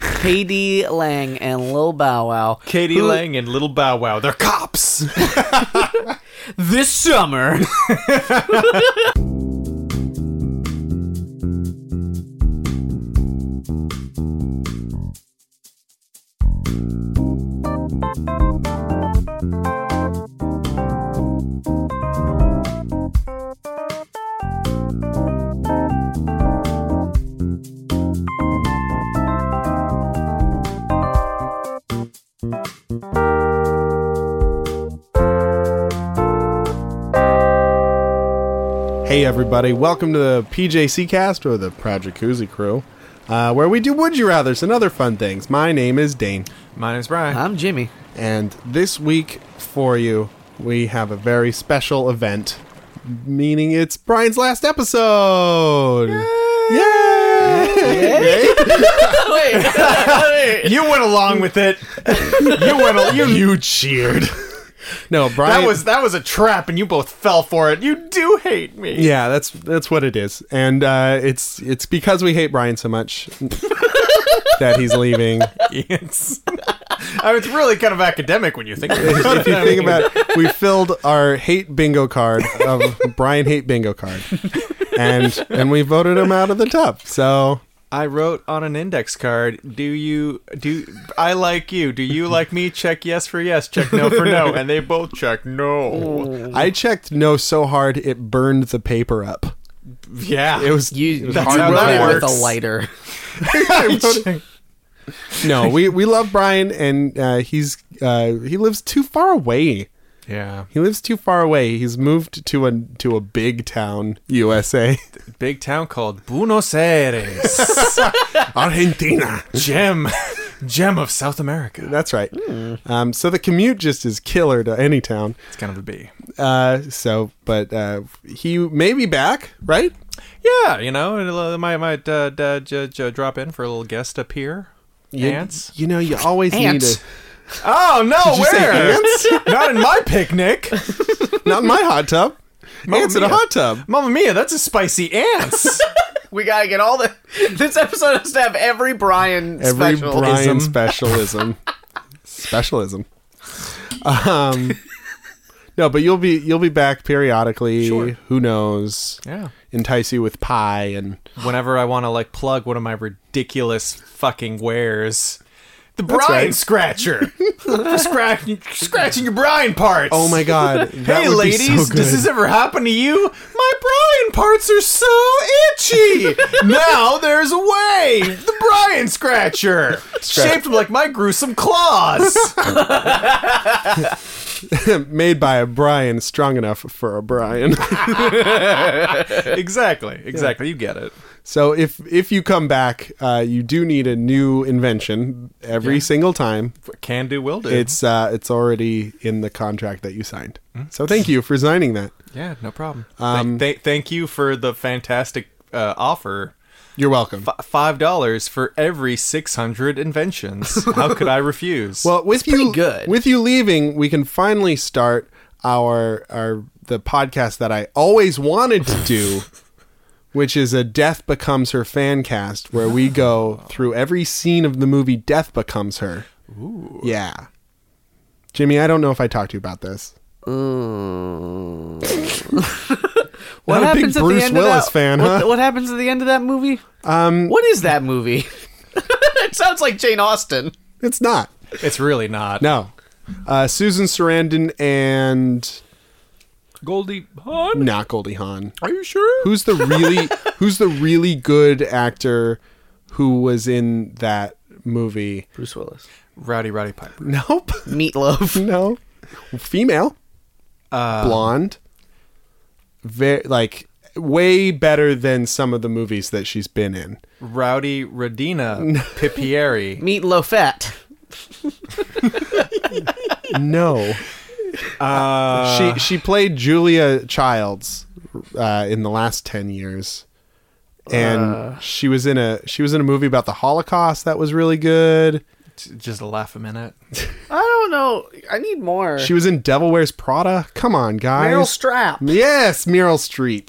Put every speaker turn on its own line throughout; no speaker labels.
P.D. Lang and Lil Bow Wow.
Katie
who-
Lang and Little Bow Wow. They're cops.
This summer.
Hey, everybody, welcome to the PJC cast or the Proud Jacuzzi crew, uh, where we do Would You Rathers and other fun things. My name is Dane,
My name's Brian.
I'm Jimmy.
and this week for you, we have a very special event, meaning it's Brian's last episode. Yay!
You went along with it. You went. Al- you, you cheered.
No, Brian.
That was that was a trap, and you both fell for it. You do hate me.
Yeah, that's that's what it is, and uh, it's it's because we hate Brian so much that he's leaving.
It's, I mean, it's really kind of academic when you think. About it.
if you think about it, we filled our hate bingo card of Brian hate bingo card, and and we voted him out of the top. So
I wrote on an index card, "Do you do I like you? Do you like me? Check yes for yes, check no for no." And they both check no.
I checked no so hard it burned the paper up.
Yeah.
It was
You, you
That's how
wrote
that
it with
works.
a lighter.
I wrote it- no. We we love Brian, and uh, he's uh, he lives too far away.
yeah.
He lives too far away. He's moved to a to a big town, USA,
Big town called Buenos Aires.
Argentina.
gem gem of South America.
That's right. Um, so the commute just is killer to any town.
It's kind of a B.
Uh, so, but uh, he may be back, right?
Yeah, you know, it uh, might might uh, d- j- j- drop in for a little guest up here. Ants.
You know, you always
Ants.
Oh no,
you say
where? Not in my picnic.
need a not in my hot tub.
Mamma
ants in a
mia.
hot tub.
Mamma mia, that's a spicy ants.
We gotta get all the. This episode has to have every Brian
Every
special.
Brian specialism, specialism. Um, no, but you'll be you'll be back periodically.
Sure.
Who knows?
yeah.
Entice you with pie and
whenever I want to like plug one of my ridiculous fucking wares. The brine
right.
scratcher. For scratching, scratching your brine parts.
oh my god, that
hey
would be
ladies,
so
does
good.
this ever happen to you? My brine parts are so itchy. now there's a way. The brine scratcher, shaped like my gruesome claws.
made by a Brian strong enough for a Brian.
exactly, exactly. You get it.
So if if you come back, uh, you do need a new invention every single time.
Can do, will do.
It's uh, it's already in the contract that you signed.
Hmm.
So thank you for signing that.
yeah, no problem.
Um,
Thank- thank- thank you for the fantastic uh, offer.
You're welcome.
F- five dollars for every six hundred inventions. How could I refuse?
well, with you
pretty good.
with you leaving, we can finally start our our the podcast that I always wanted to do. Which is a Death Becomes Her fan cast where we
Oh.
go through every scene of the movie Death Becomes Her. Ooh. Yeah. Jimmy, I don't know if I talked to you about this.
Mm. What
Not a big
happens at
Bruce
the end
Willis
of that?
fan,
what,
huh?
what happens at the end of that movie? Um, what is that movie? it sounds like Jane Austen.
It's not.
it's really not.
No. Uh, Susan Sarandon and
Goldie Hawn.
not Goldie Hawn.
Are you sure?
Who's the really who's the really good actor who was in that movie?
Bruce Willis.
Rowdy Rowdy Piper.
Nope.
Meatloaf.
No. Female. Blonde. Very like way better than some of the movies that she's been in.
Rowdy Radina Pipieri.
Meatloafette.
No.
Uh,
she she played Julia Childs uh, in the last ten years, and she was in a she was in a movie about the Holocaust that was really good.
j- just laugh a minute.
I don't know. I need more.
She was in Devil Wears Prada. Come on, guys.
Meryl Strap.
yes, Meryl Streep.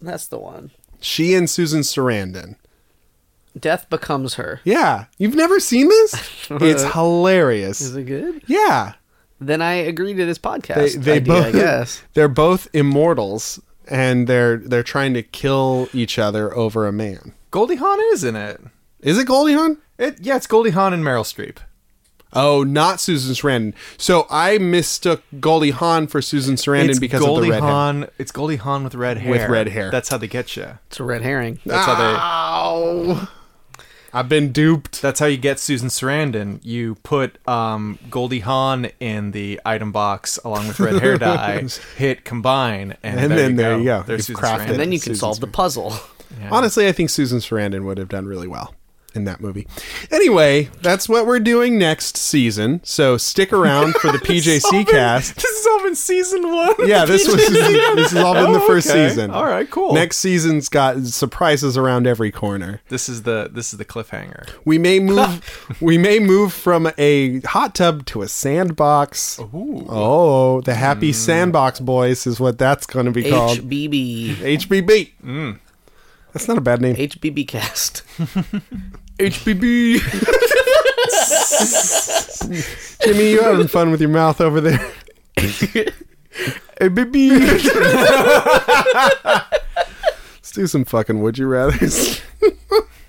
That's the one.
She and Susan Sarandon.
Death becomes her.
Yeah. You've never seen this? It's hilarious.
Is it good?
Yeah.
Then I agree to this podcast.
They, they
idea,
both
I guess.
they're both immortals and they're they're trying to kill each other over a man.
Goldie Hawn is in it.
Is it Goldie Hawn?
It yeah, it's Goldie Hawn and Meryl Streep.
Oh, not Susan Sarandon. So I mistook Goldie Hawn for Susan Sarandon
it's
because
Goldie
of the red hair.
Hawn. It's Goldie Hawn with red hair.
With red hair. Ah!
That's how they get you.
It's a red herring.
That's how
Ow. I've been duped.
they. That's how you get Susan Sarandon. You put um, Goldie Hawn in the item box along with red hair dye. hit combine, and,
And
there
then
you
there
go.
you go.
There's
You've
Susan
crafted
Sarandon.
and then you
Susan
can solve the puzzle.
Honestly, I think Susan Sarandon would have done really well in that movie. Anyway, that's what we're doing next season. So stick around for the PJC cast.
This is all in season one.
Yeah, this was this is all in the
Oh,
first
okay.
season.
All right, cool.
Next season's got surprises around every corner.
This is the this is the cliffhanger.
We may move we may move from a hot tub to a sandbox. Oh, the
Mm.
happy sandbox boys is what that's going to be called.
HBB.
HBB.
Mm.
That's not a bad name.
HBB cast.
HBB. Jimmy, you having fun with your mouth over there? HBB. Let's do some fucking would you rather's.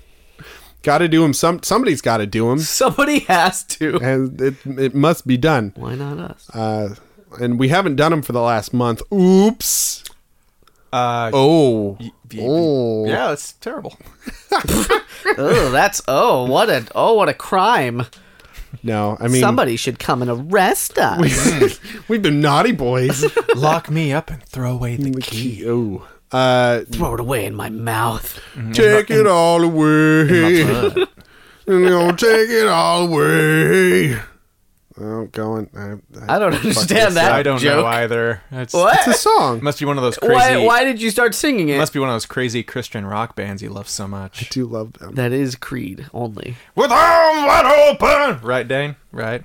got to do them. Some somebody's got to do them,
Somebody has to.
and it it must be done.
Why not us?
Uh, and we haven't done them for the last month. Oops.
Uh,
Oh.
y-
Oh.
Yeah, that's terrible.
oh, that's oh, what a oh, what a crime!
No, I mean
Somebody should come and arrest us.
We've been naughty boys.
Lock me up and throw away the
Key. Oh. Uh,
Throw it away in my mouth.
Take it all away. You know, take it all away. Oh, going. I, I,
I don't understand that.
I don't
joke.
know either. It's,
it's a
What?
song.
Must be one of those crazy.
Why? Why did you start singing it?
Must be one of those crazy Christian rock bands you love so
I
much.
do love them.
That is Creed only.
With arms wide open, right, Dane? Right,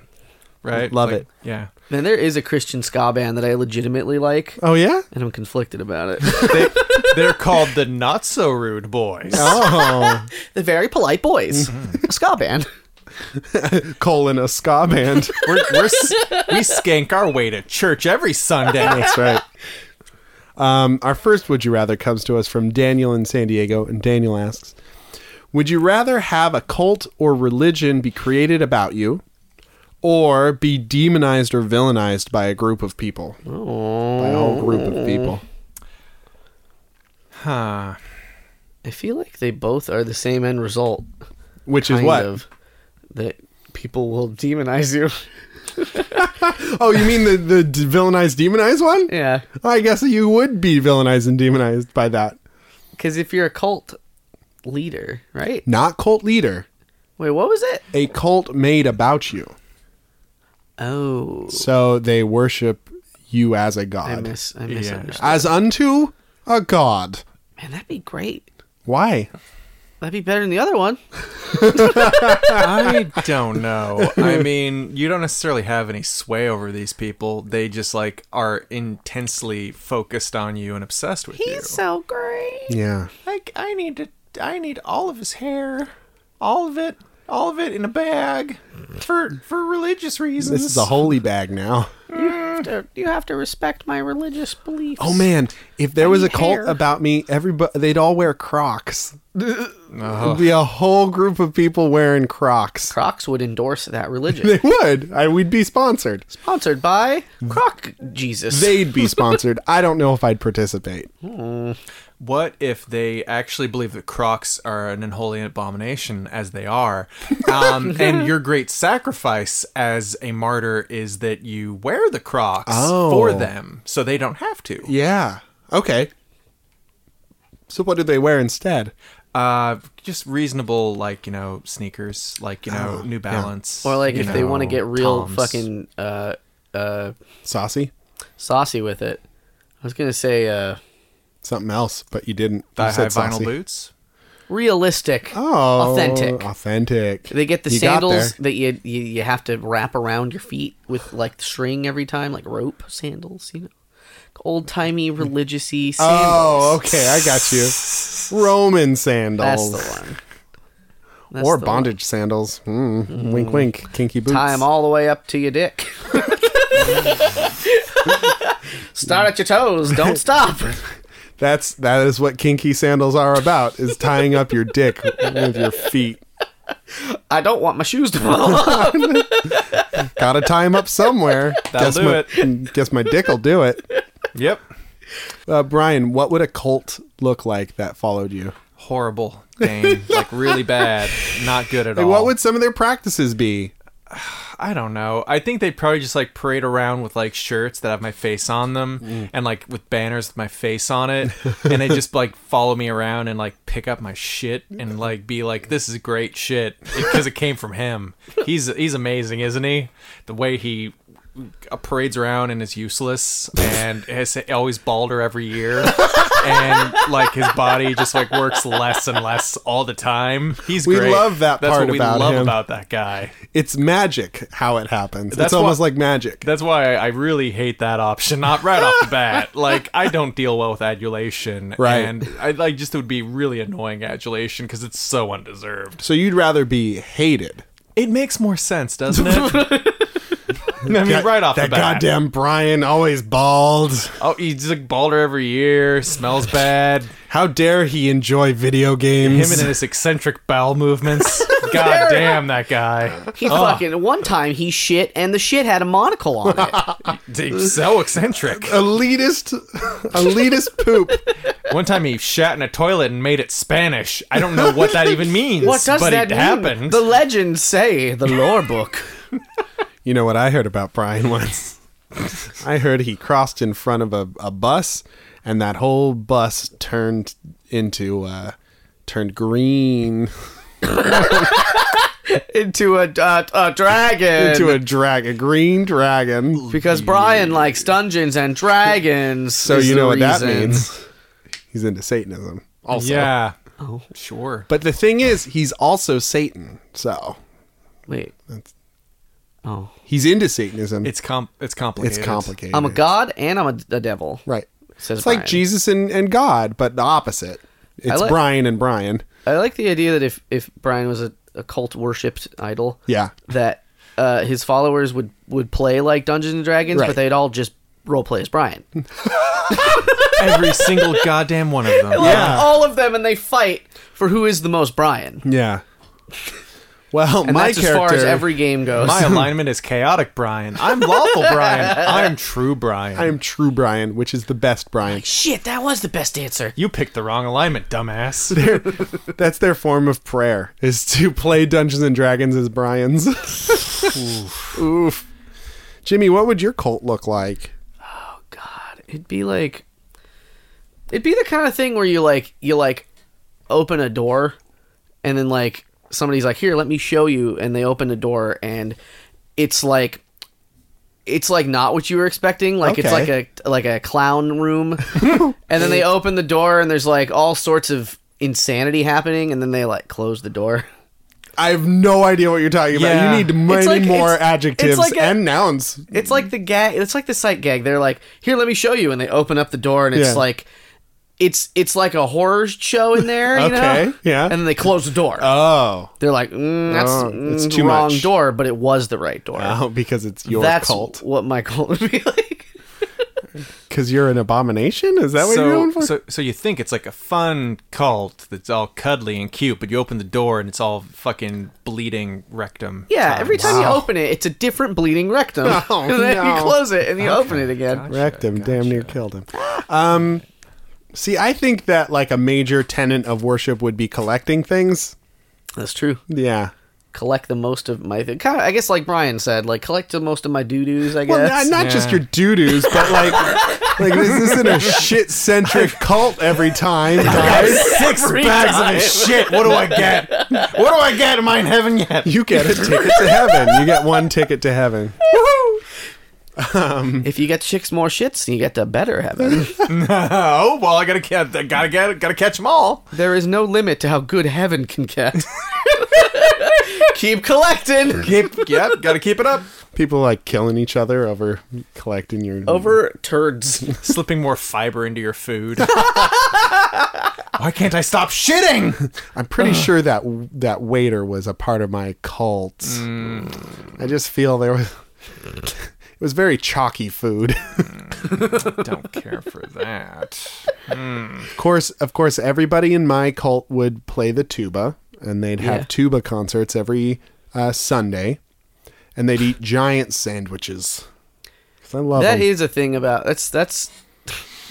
right.
Love it.
Yeah,
Then there is a Christian ska band that I legitimately like,
Oh, yeah?
and I'm conflicted about it.
they, they're called the Not So Rude Boys.
Oh.
the very polite boys,
Mm-hmm.
a ska band.
Colon, a ska band.
We're, we're, s- we skank our way to church every Sunday.
That's right. Um, our first Would You Rather comes to us from Daniel in San Diego, and Daniel asks Would you rather have a cult or religion be created about you or be demonized or villainized by a group of people? By a whole group of people.
Huh.
I feel like they both are the same end result.
Which is
kind
what?
of, that people will demonize you.
Oh, you mean the, the d- villainized, demonized one?
yeah,
I guess you would be villainized and demonized by that.
because if you're a cult leader, right?
Not cult leader,
Wait, what was it?
a cult made about you.
Oh,
So they worship you as a god.
I miss, I misunderstood.
as unto a god.
Man, that'd be great.
Why?
That'd be better than the other one.
I don't know. I mean, you don't necessarily have any sway over these people. They just like are intensely focused on you and obsessed with you.
so great.
Yeah.
Like I need to I need all of his hair. All of it. All of it in a bag. For for religious reasons.
This is a holy bag now.
You have to respect my religious beliefs.
Oh man, if there was a cult
hair. Uh-huh.
about me, everybody they'd all wear Crocs. It'd be a whole group of people wearing Crocs.
Crocs would endorse that religion.
They would. I we'd be sponsored.
Sponsored by Croc Jesus.
They'd be sponsored. I don't know if I'd participate.
What if they actually believe that Crocs are an unholy abomination, as they are, um, and your great sacrifice as a martyr is that you wear the Crocs
Oh.
for them, so they don't have to.
Yeah. Okay. So what did they wear instead?
Uh, just reasonable, like you know, sneakers, like you know, New Balance,
or like
you
if they
know,
want to get real
Toms.
fucking uh, uh,
Saucy?
saucy with it. I was gonna say uh,
Something else, but you didn't. You
thigh-high
said
vinyl
saucy.
boots.
realistic,
Oh,
authentic.
Authentic.
They get the
You got
sandals
there.
that you, you you have to wrap around your feet with like string every time, like rope sandals, you know, old timey religiousy sandals.
Oh, okay. I got you. Roman sandals.
That's the one. That's
or
the
bondage sandals. Mm, Wink, wink. Kinky boots.
one. Tie 'em all the way up to your dick. Start at your toes. Don't stop.
That's that is what kinky sandals are about: is tying up your dick with your feet.
I don't want my shoes to fall off.
Got to tie them up somewhere.
That'll do
my, it. Guess my dick will do it.
Yep.
Uh, Brian, what would a cult look like that followed you?
Horrible game. like really bad. Not good at
Like,
all.
what would some of their practices be?
I don't know. I think they'd probably just like parade around with like shirts that have my face on them
Mm.
and like with banners with my face on it. and they just like follow me around and like pick up my shit and like be like, this is great shit because it came from him. He's he's amazing, isn't he? The way he uh, parades around and is useless and has always balder every year. and like his body just like works less and less all the time. He's
We
great.
love that
That's
part
what we
about
love
him.
about that guy.
It's magic how it happens.
That's
it's almost
what-
like magic.
That's why I really hate that option. Not right off the bat. Like I don't deal well with adulation,
Right.
And I like just it would be really annoying adulation because it's so undeserved.
so you'd rather be hated.
It makes more sense, doesn't it? I mean, right off
that
the bat.
goddamn Brian, always bald.
oh, he's like balder every year. Smells bad.
How dare he enjoy video games?
Him and his eccentric bowel movements. God damn that guy.
Oh.
He fucking one time he shit and the shit had a monocle on it.
He's so eccentric.
elitist, elitist poop.
One time he shat in a toilet and made it Spanish. I don't know what that even means.
What does
but
that
it
mean?
happened.
The legends say the lore book.
You know what I heard about Brian once? I heard he crossed in front of a, a bus, and that whole bus turned into uh, turned green
into a, a, a dragon.
into a drag, a green dragon.
because Brian likes dungeons and dragons.
So
is
you
the
know what that
reason.
means. He's into Satanism. Also.
Yeah. Oh, sure.
But the thing is, he's also Satan. So
Wait. Oh,
he's into Satanism.
It's com it's complicated.
it's complicated.
I'm a god and I'm a, a devil.
Right.
Says
it's like
Brian.
Jesus and, and God, but the opposite. It's
like-
Brian and Brian.
I like the idea that if if Brian was a, a cult worshipped idol,
Yeah.
that uh, his followers would would play like Dungeons and Dragons,
Right.
but they'd all just role play as Brian.
Every single goddamn one of them.
Like,
Yeah.
all of them, and they fight for who is the most Brian.
Yeah. Well,
And
my
that's
character.
as far as every game goes.
My alignment is chaotic Brian. I'm lawful Brian. I'm true Brian.
I am true Brian, which is the best Brian.
Shit, that was the best answer.
you picked the wrong alignment, dumbass.
That's their form of prayer is to play Dungeons and Dragons as Brian's. Oof. Jimmy, what would your cult look like?
God, it'd be like, it'd be the kind of thing where you like, you like, open a door, and then like somebody's like, "Here, let me show you," and they open the door, and it's like. It's like not what you were expecting. Like it's like
Okay.
a like a clown room, and then they open the door and there's like all sorts of insanity happening, and then they like close the door.
I have no idea what you're talking about.
Yeah.
You need many
like-
more
it's- it's
adjectives
like a-
and nouns.
It's like the gag. It's like the sight gag. They're like, "Here, let me show you," and they open up the door, and it's
Yeah.
like, it's it's like a horror show in there. You
Okay,
know?
yeah.
And then they close the door.
Oh.
They're like, mm, "That's
Oh,
mm,
it's
the
too
wrong
much.
door," but it was the right door.
Oh, because it's your
That's
cult. Ah,
what my cult would be like.
Because you're an abomination? Is that what you're
so,
going for?
so so you think it's like a fun cult that's all cuddly and cute, but you open the door and it's all fucking bleeding rectum.
Yeah,
time.
every time you open it, it's a different bleeding rectum.
Oh,
and then
no.
you close it and you open it again.
Gotcha,
wrecked him, damn near killed him. Um, see, I think that like a major tenet of worship would be collecting things.
That's true.
Yeah.
Collect the most of my kind of, I guess, like Brian said, like collect the most of my doo doos. I guess.
Well, not, not just
Yeah.
your doo doos, but like, like this isn't a shit centric cult every time, guys.
Six
Every
bags
time.
of this shit. What do I get? What do I get? Am I in heaven yet?
You get a ticket to heaven. You get one ticket to heaven.
if you get chicks more shits, you get to better heaven.
Oh well, I gotta catch, gotta get, gotta catch them all.
There is no limit to how good heaven can get. Keep collecting.
Keep, yep, gotta keep it up.
People like killing each other over collecting your
Over turds.
Slipping more fiber into your food. Why can't I stop shitting?
I'm pretty sure that that waiter was a part of my cult. I just feel there was it was very chalky food.
Don't care for that.
of course, of course, everybody in my cult would play the tuba, and they'd have
Yeah.
tuba concerts every uh, Sunday, and they'd eat giant sandwiches. 'Cause I love
That
them.
is a thing about that's that's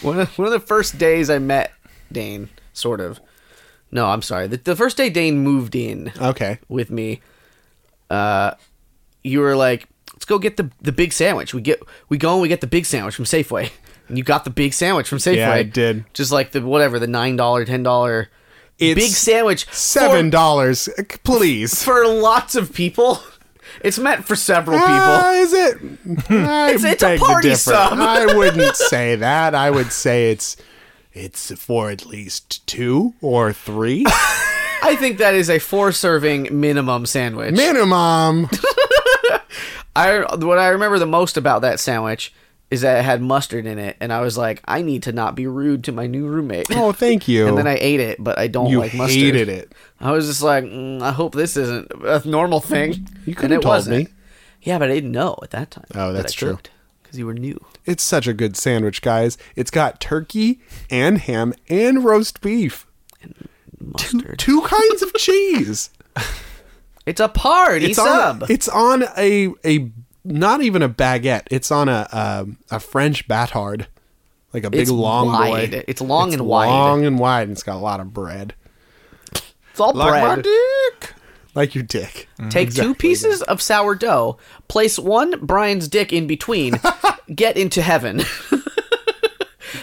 one of, one of the first days I met Dane. Sort of. No, I'm sorry. The, the first day Dane moved in
okay.
with me, uh, you were like, "Let's go get the the big sandwich." We get we go and we get the big sandwich from Safeway. And you got the big sandwich from Safeway.
Yeah, I did.
Just like the whatever the nine dollar, ten dollar
It's
big sandwich. for-
Seven dollars, please.
for lots of people. It's meant for several people.
Ah, is it? I
It's- it's a
beg to
party
differ.
sum.
I wouldn't say that. I would say it's it's for at least two or three.
I think that is a four serving minimum sandwich.
Minimum.
I what I remember the most about that sandwich is that it had mustard in it, and I was like, I need to not be rude to my new roommate.
Oh, thank you.
And then I ate it, but I don't
you
like mustard.
hated it.
I was just like, mm, I hope this isn't a normal thing.
You could
And
have
it
told
wasn't.
me.
Yeah, but I didn't know at that time.
Oh, that's true.
Because you were new.
It's such a good sandwich, guys. It's got turkey and ham and roast beef.
Mustard.
Two kinds of cheese.
It's a party
It's
sub.
on. It's on a a not even a baguette. It's on a um a French batard, like a big
It's
long
wide.
boy.
It's long and wide.
Long and wide, and it's got a lot of bread,
it's all
Like my
bread.
dick.
like your dick.
Take
Exactly.
two pieces of sourdough, place one Brian's dick in between, get into heaven.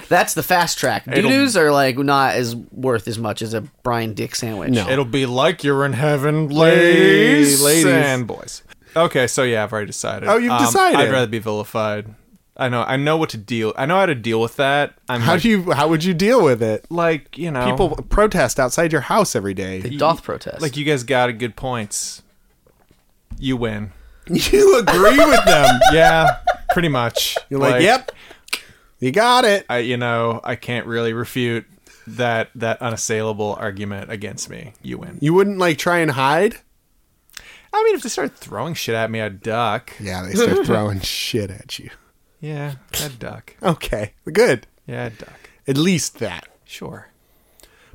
That's the fast track.
It'll-
Doo-doos are like not as worth as much as a Brian dick sandwich.
No.
It'll be like you're in heaven,
Ladies
ladies,
ladies.
and boys. Okay, so yeah, I've already decided. Um,
Oh, you've decided.
I'd rather be vilified. I know. I know what to deal. I know how to deal with that. I'm
How
like,
do you? How would you deal with it?
like you know
People protest outside your house every day.
It doth protest.
Like you guys got good points. You win.
You agree with them.
Yeah, pretty much.
You're like, yep, you got it.
I you know I can't really refute that that unassailable argument against me. You win.
You wouldn't like try and hide.
I mean, if they started throwing shit at me, I'd duck.
Yeah, they start throwing shit at you.
Yeah, I'd duck.
Okay, good.
Yeah, I'd duck.
At least that.
Sure.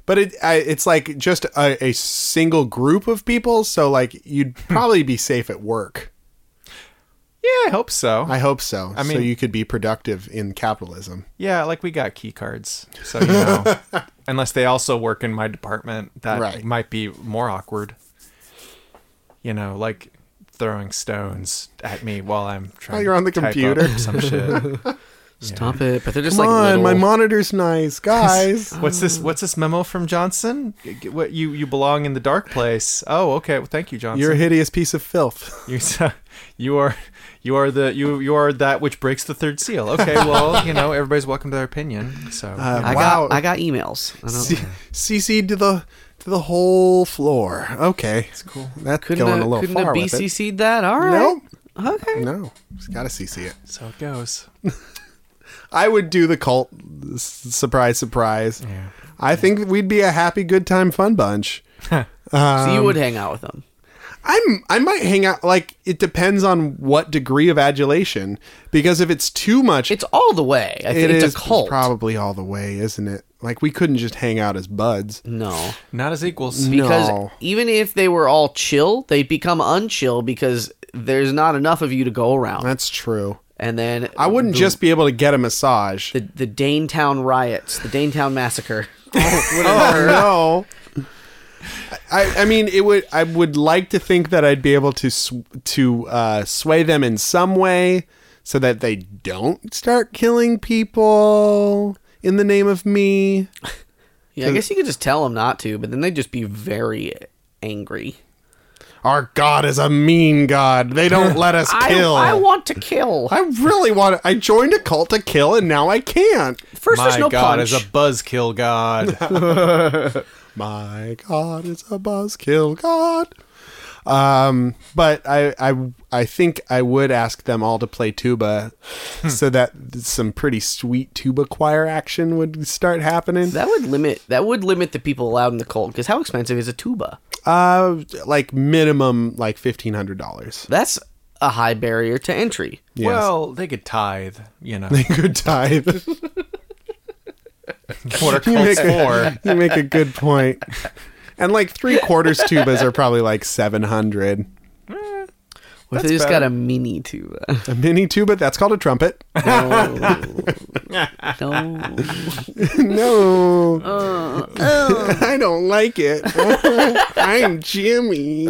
But it I, it's like just a, a single group of people, so like you'd probably be safe at work.
Yeah, I hope so.
I hope so. I mean, so
mean-
you could be productive in capitalism.
yeah, like we got key cards, so you know, unless they also work in my department, that
Right.
might be more awkward. You know, like throwing stones at me while I'm trying.
you're on the
to type up
computer.
Some shit.
Stop it. But they're just
Come
like
on,
little-
my monitor's nice, guys.
What's
Oh.
this? What's this memo from Johnson? G- g- What you you belong in the dark place? Oh, okay. Well, thank you, Johnson.
You're a hideous piece of filth.
You s- you are you are the you you are that which breaks the third seal. Okay, well, you know, everybody's welcome to their opinion. So you know.
I
Wow.
got I got emails. I don't,
CC to the to the whole floor. Okay, it's cool. That's
couldn't
going
a,
a little
couldn't a
far with it.
BCC'd that? All right. No. Okay.
No, just gotta CC it.
so it goes.
I would do the cult. s- Surprise, surprise. I think we'd be a happy, good time, fun bunch. Um,
so you would hang out with them.
I'm I might hang out like it depends on what degree of adulation because if it's too much
It's all the way. I think
it
it's
is
a cult.
probably all the way, isn't it? Like we couldn't just hang out as buds.
no.
Not as equals.
because
No.
even if they were all chill, they become unchill because there's not enough of you to go around.
That's true.
And then
I wouldn't just be able to get a massage.
the the Danetown riots, the Danetown massacre.
oh no. I, I mean, it would. I would like to think that I'd be able to sw- to uh, sway them in some way, so that they don't start killing people in the name of me.
Yeah, I guess you could just tell them not to, but then they'd just be very angry.
Our God is a mean God. They don't let us kill.
I I want to kill.
I really want to. I joined a cult to kill, and now I can't.
First,
My
there's no
god
punch.
is a buzzkill god.
My God is a buzzkill God. Um, but I, I, I think I would ask them all to play tuba, so that some pretty sweet tuba choir action would start happening.
That would limit that would limit the people allowed in the cult because how expensive is a tuba?
Uh, like minimum like fifteen hundred dollars.
That's a high barrier to entry.
Yes.
Well, they could tithe, you know.
good tithe.
what are
you make
cults for?
a, you make a good point. And like three quarters tubas are probably like seven hundred.
What if they just got a mini tuba?
A mini tuba that's called a trumpet.
No. no.
no, Uh, I don't like it. I'm Jimmy.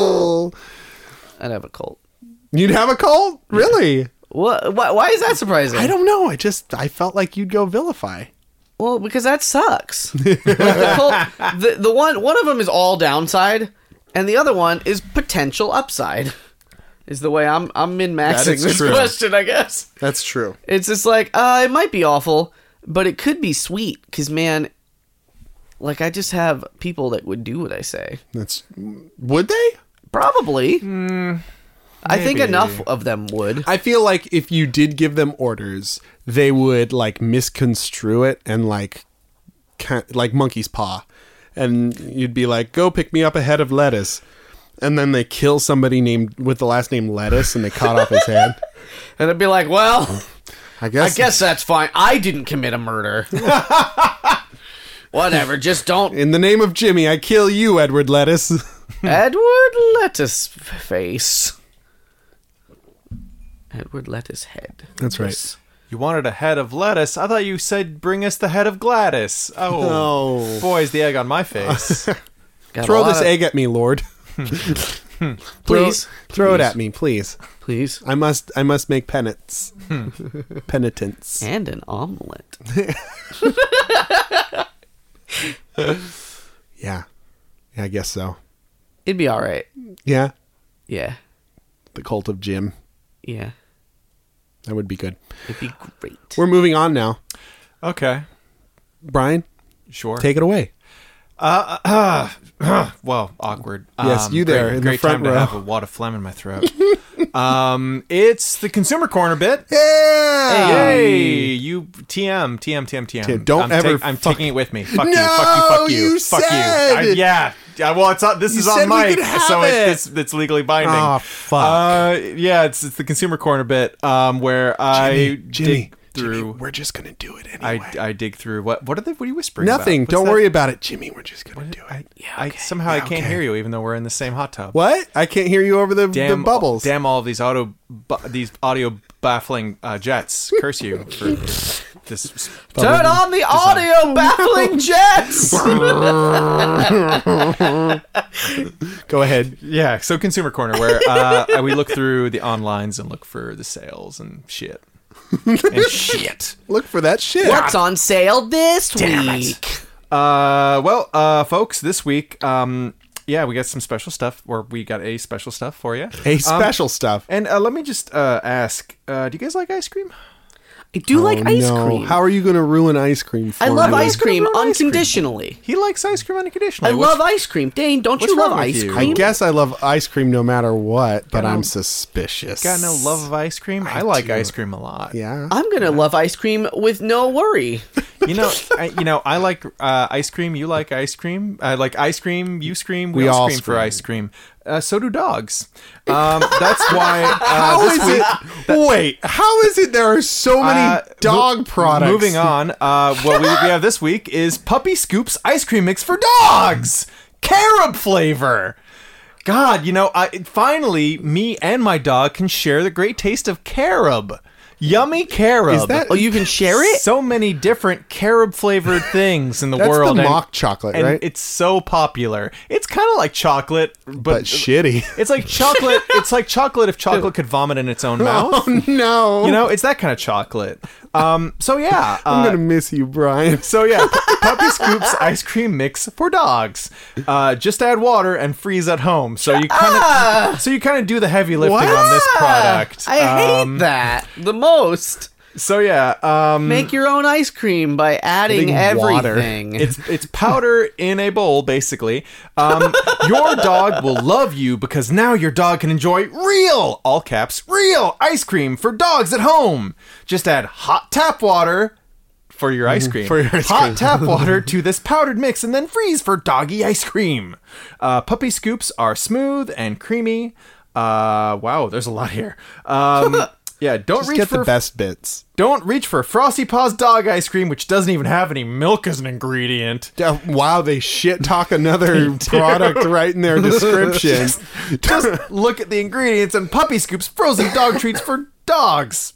Oh.
I'd have a cult.
You'd have a cult, really?
What? Why, why is that surprising?
I don't know. I just I felt like you'd go vilify.
Well, because that sucks. Like, the, cult- the the one one of them is all downside, and the other one is potential upside. Is the way I'm I'm min
That
maxing
is
this
true.
question, I guess.
That's true.
It's just like uh, it might be awful, but it could be sweet. Cause man, like I just have people that would do what I say.
That's would they?
Probably.
Hmm,
I think
maybe.
enough of them would.
I feel like if you did give them orders, they would like misconstrue it and like ki like monkey's paw. And you'd be like, "Go pick me up a head of lettuce." And then they kill somebody named with the last name lettuce and they cut off his head.
And I'd be like, well,
I
I
guess
guess that's fine. I didn't commit a murder. Whatever, just don't.
in the name of Jimmy, I kill you, Edward Lettuce.
Edward Lettuce face. Edward Lettuce head.
That's right.
Yes.
You wanted a head of lettuce. I thought you said bring us the head of Gladys. Oh,
No.
boy's the egg on my face.
Got a
Throw
lot
this
of-
egg at me, Lord. Throw-
please.
Throw it at me, please.
Please.
I must I must make penance. Penitence.
And an omelet.
Yeah. Yeah, I guess so.
It'd be all right.
Yeah.
Yeah.
The cult of Jim.
Yeah.
That would be good.
It'd be great.
We're moving on now.
okay,
Brian,
sure.
take it away.
well, awkward. Um,
Yes, you there
Great,
in the
great
front
time to
row.
have a wad of phlegm in my throat. um, it's the consumer corner bit.
Yeah.
Yay! You TM TM TM TM.
Don't
I'm
ever
I'm
fuck-
taking it with me. Fuck you!
No,
Fuck you! Fuck you!
you
fuck
said-
you! I- yeah. Yeah, well, it's on, this
You
is
said
on
we
mic,
could have
so
it.
it's, it's it's legally binding.
Aw, fuck.
Uh, yeah, it's it's the consumer corner bit um, where I dig through.
Jimmy, we're just gonna do it anyway.
I, I dig through. What what are they? What are you whispering? about?
Nothing.
What's
Don't
that?
worry about it, Jimmy. We're just gonna do it.
I somehow I
Yeah,
can't
okay.
hear you, even though we're in the same hot tub.
What? I can't hear you over the, the
Damn
bubbles.
Damn all of these auto bu- these audio baffling uh, jets. Curse you for this.
Turn on the audio, baffling jets!
Go ahead.
Yeah, so consumer corner where uh, we look through the onlines and look for the sales and shit. And shit.
Look for that shit.
What's on sale this week?
Uh, well, uh, folks, this week, um, yeah, we got some special stuff, or we got a special stuff for you.
Hey, special stuff.
Um, And uh, let me just uh, ask: uh, Do you guys like ice cream?
I do like
Oh,
ice
no.
cream.
How are you gonna ruin ice cream? For
I love
me?
ice cream
Ice cream.
unconditionally.
He likes ice cream
I
unconditionally.
love ice cream. Dane, don't
what's
you love
wrong with
ice
you?
cream?
I guess I love ice cream no matter what, but I'm
no-
suspicious.
got no love of ice cream. I, like ice cream a lot.
Yeah.
I'm gonna love ice cream with no worry.
you know, I, you know, I like uh, ice cream. You like ice cream. I like ice cream. You scream. We,
We
all
all
scream, for
scream.
ice cream. Uh, so do dogs. Um, that's why. Uh,
How
this
is
week-
it? Wait, how is it there are so many
uh,
dog
mo-
products?
Moving on. Uh, what we, we have this week is Puppy Scoops ice cream mix for dogs, carob flavor. God, you know, I finally me and my dog can share the great taste of carob. Yummy carob.
Is that
Oh, you can share it?
So many different carob flavored things in the
That's
world.
the
and-
mock chocolate,
and
right?
it's so popular. It's kind of like chocolate, but,
but shitty.
it's like chocolate. it's like chocolate if chocolate could vomit in its own mouth.
Oh no!
You know, it's that kind of chocolate. Um, so yeah,
I'm
uh,
gonna miss you, Brian.
so yeah, Pu- Puppy Scoops ice cream mix for dogs. Uh, just add water and freeze at home. So you
Ah!
Ah,
kind of, so you kind of do the heavy lifting on this product.
I hate that the most.
Um, So yeah, um,
Make your own ice cream by adding
Adding water.
everything.
it's it's powder in a bowl, basically. Um, your dog will love you because now your dog can enjoy real, all caps, real ice cream for dogs at home. Just add hot tap water for your ice cream.
for your ice
hot
cream.
tap water to this powdered mix and then freeze for doggy ice cream. Uh, puppy scoops are smooth and creamy. Uh, wow, there's a lot here. Um, yeah, don't
Just
reach
get
for
the best bits.
don't reach for Frosty Paws dog ice cream, which doesn't even have any milk as an ingredient.
Yeah, Wow, they shit talk another product right in their description.
Just look at the ingredients and puppy scoops frozen dog treats for dogs.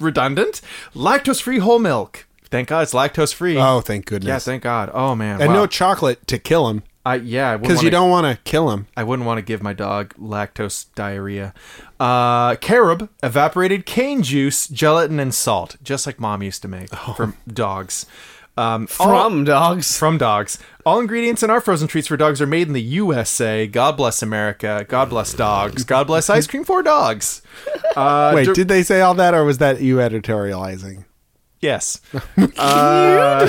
Redundant. Lactose free whole milk. Thank God it's lactose free.
oh, thank
yeah,
goodness.
thank God. Oh man.
and
wow.
no chocolate to kill him
I, yeah, because
because you don't want to kill him.
I wouldn't want to give my dog lactose diarrhea. Uh, carob, evaporated cane juice, gelatin, and salt, just like mom used to make
Oh.
for dogs. Um, all-
from dogs.
from dogs. All ingredients in our frozen treats for dogs are made in the USA. God bless America. God bless dogs. God bless ice cream for dogs. Uh,
Wait,
dir-
did they say all that, or was that you editorializing?
yes. Uh,
you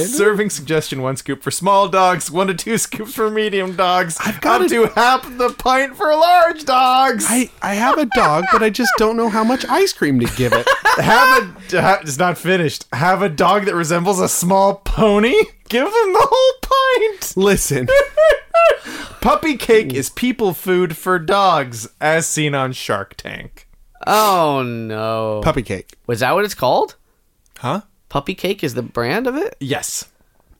Serving suggestion: one scoop for small dogs, one to two scoops for medium dogs, I've
got
up
a-
to half the pint for large dogs.
I, I have a dog, but I just don't know how much ice cream to give it.
have a ha- it's not finished. Have a dog that resembles a small pony. Give him the whole pint.
Listen,
Puppy cake is people food for dogs, as seen on Shark Tank.
Oh no.
puppy cake.
Was that what it's called?
Huh?
Puppy cake is the brand of it.
Yes,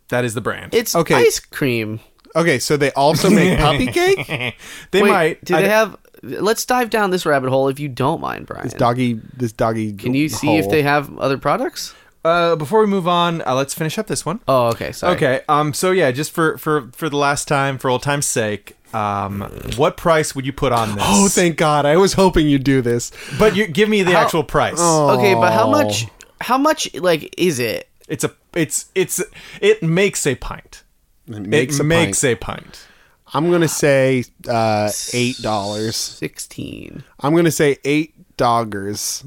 that is the brand.
It's
Okay.
ice cream.
Okay, so they also make puppy cake.
they
Wait,
might.
do
I-
they have? Let's dive down this rabbit hole if you don't mind, Brian.
Doggy, this doggy.
Can you see if they have other products?
uh, before we move on, uh, let's finish up this one.
Oh, okay. Sorry.
Okay. Um. So yeah, just for for for the last time, for old time's sake, um, what price would you put on this?
Oh, thank God! I was hoping you'd do this.
But you give me the actual price.
Okay, but how
Oh.
much? How much? Like, is it?
It's a. It's it's it makes a pint.
It
it
makes. a
makes
pint.
a pint.
I'm gonna say uh, eight dollars.
Sixteen.
I'm gonna say eight doggers.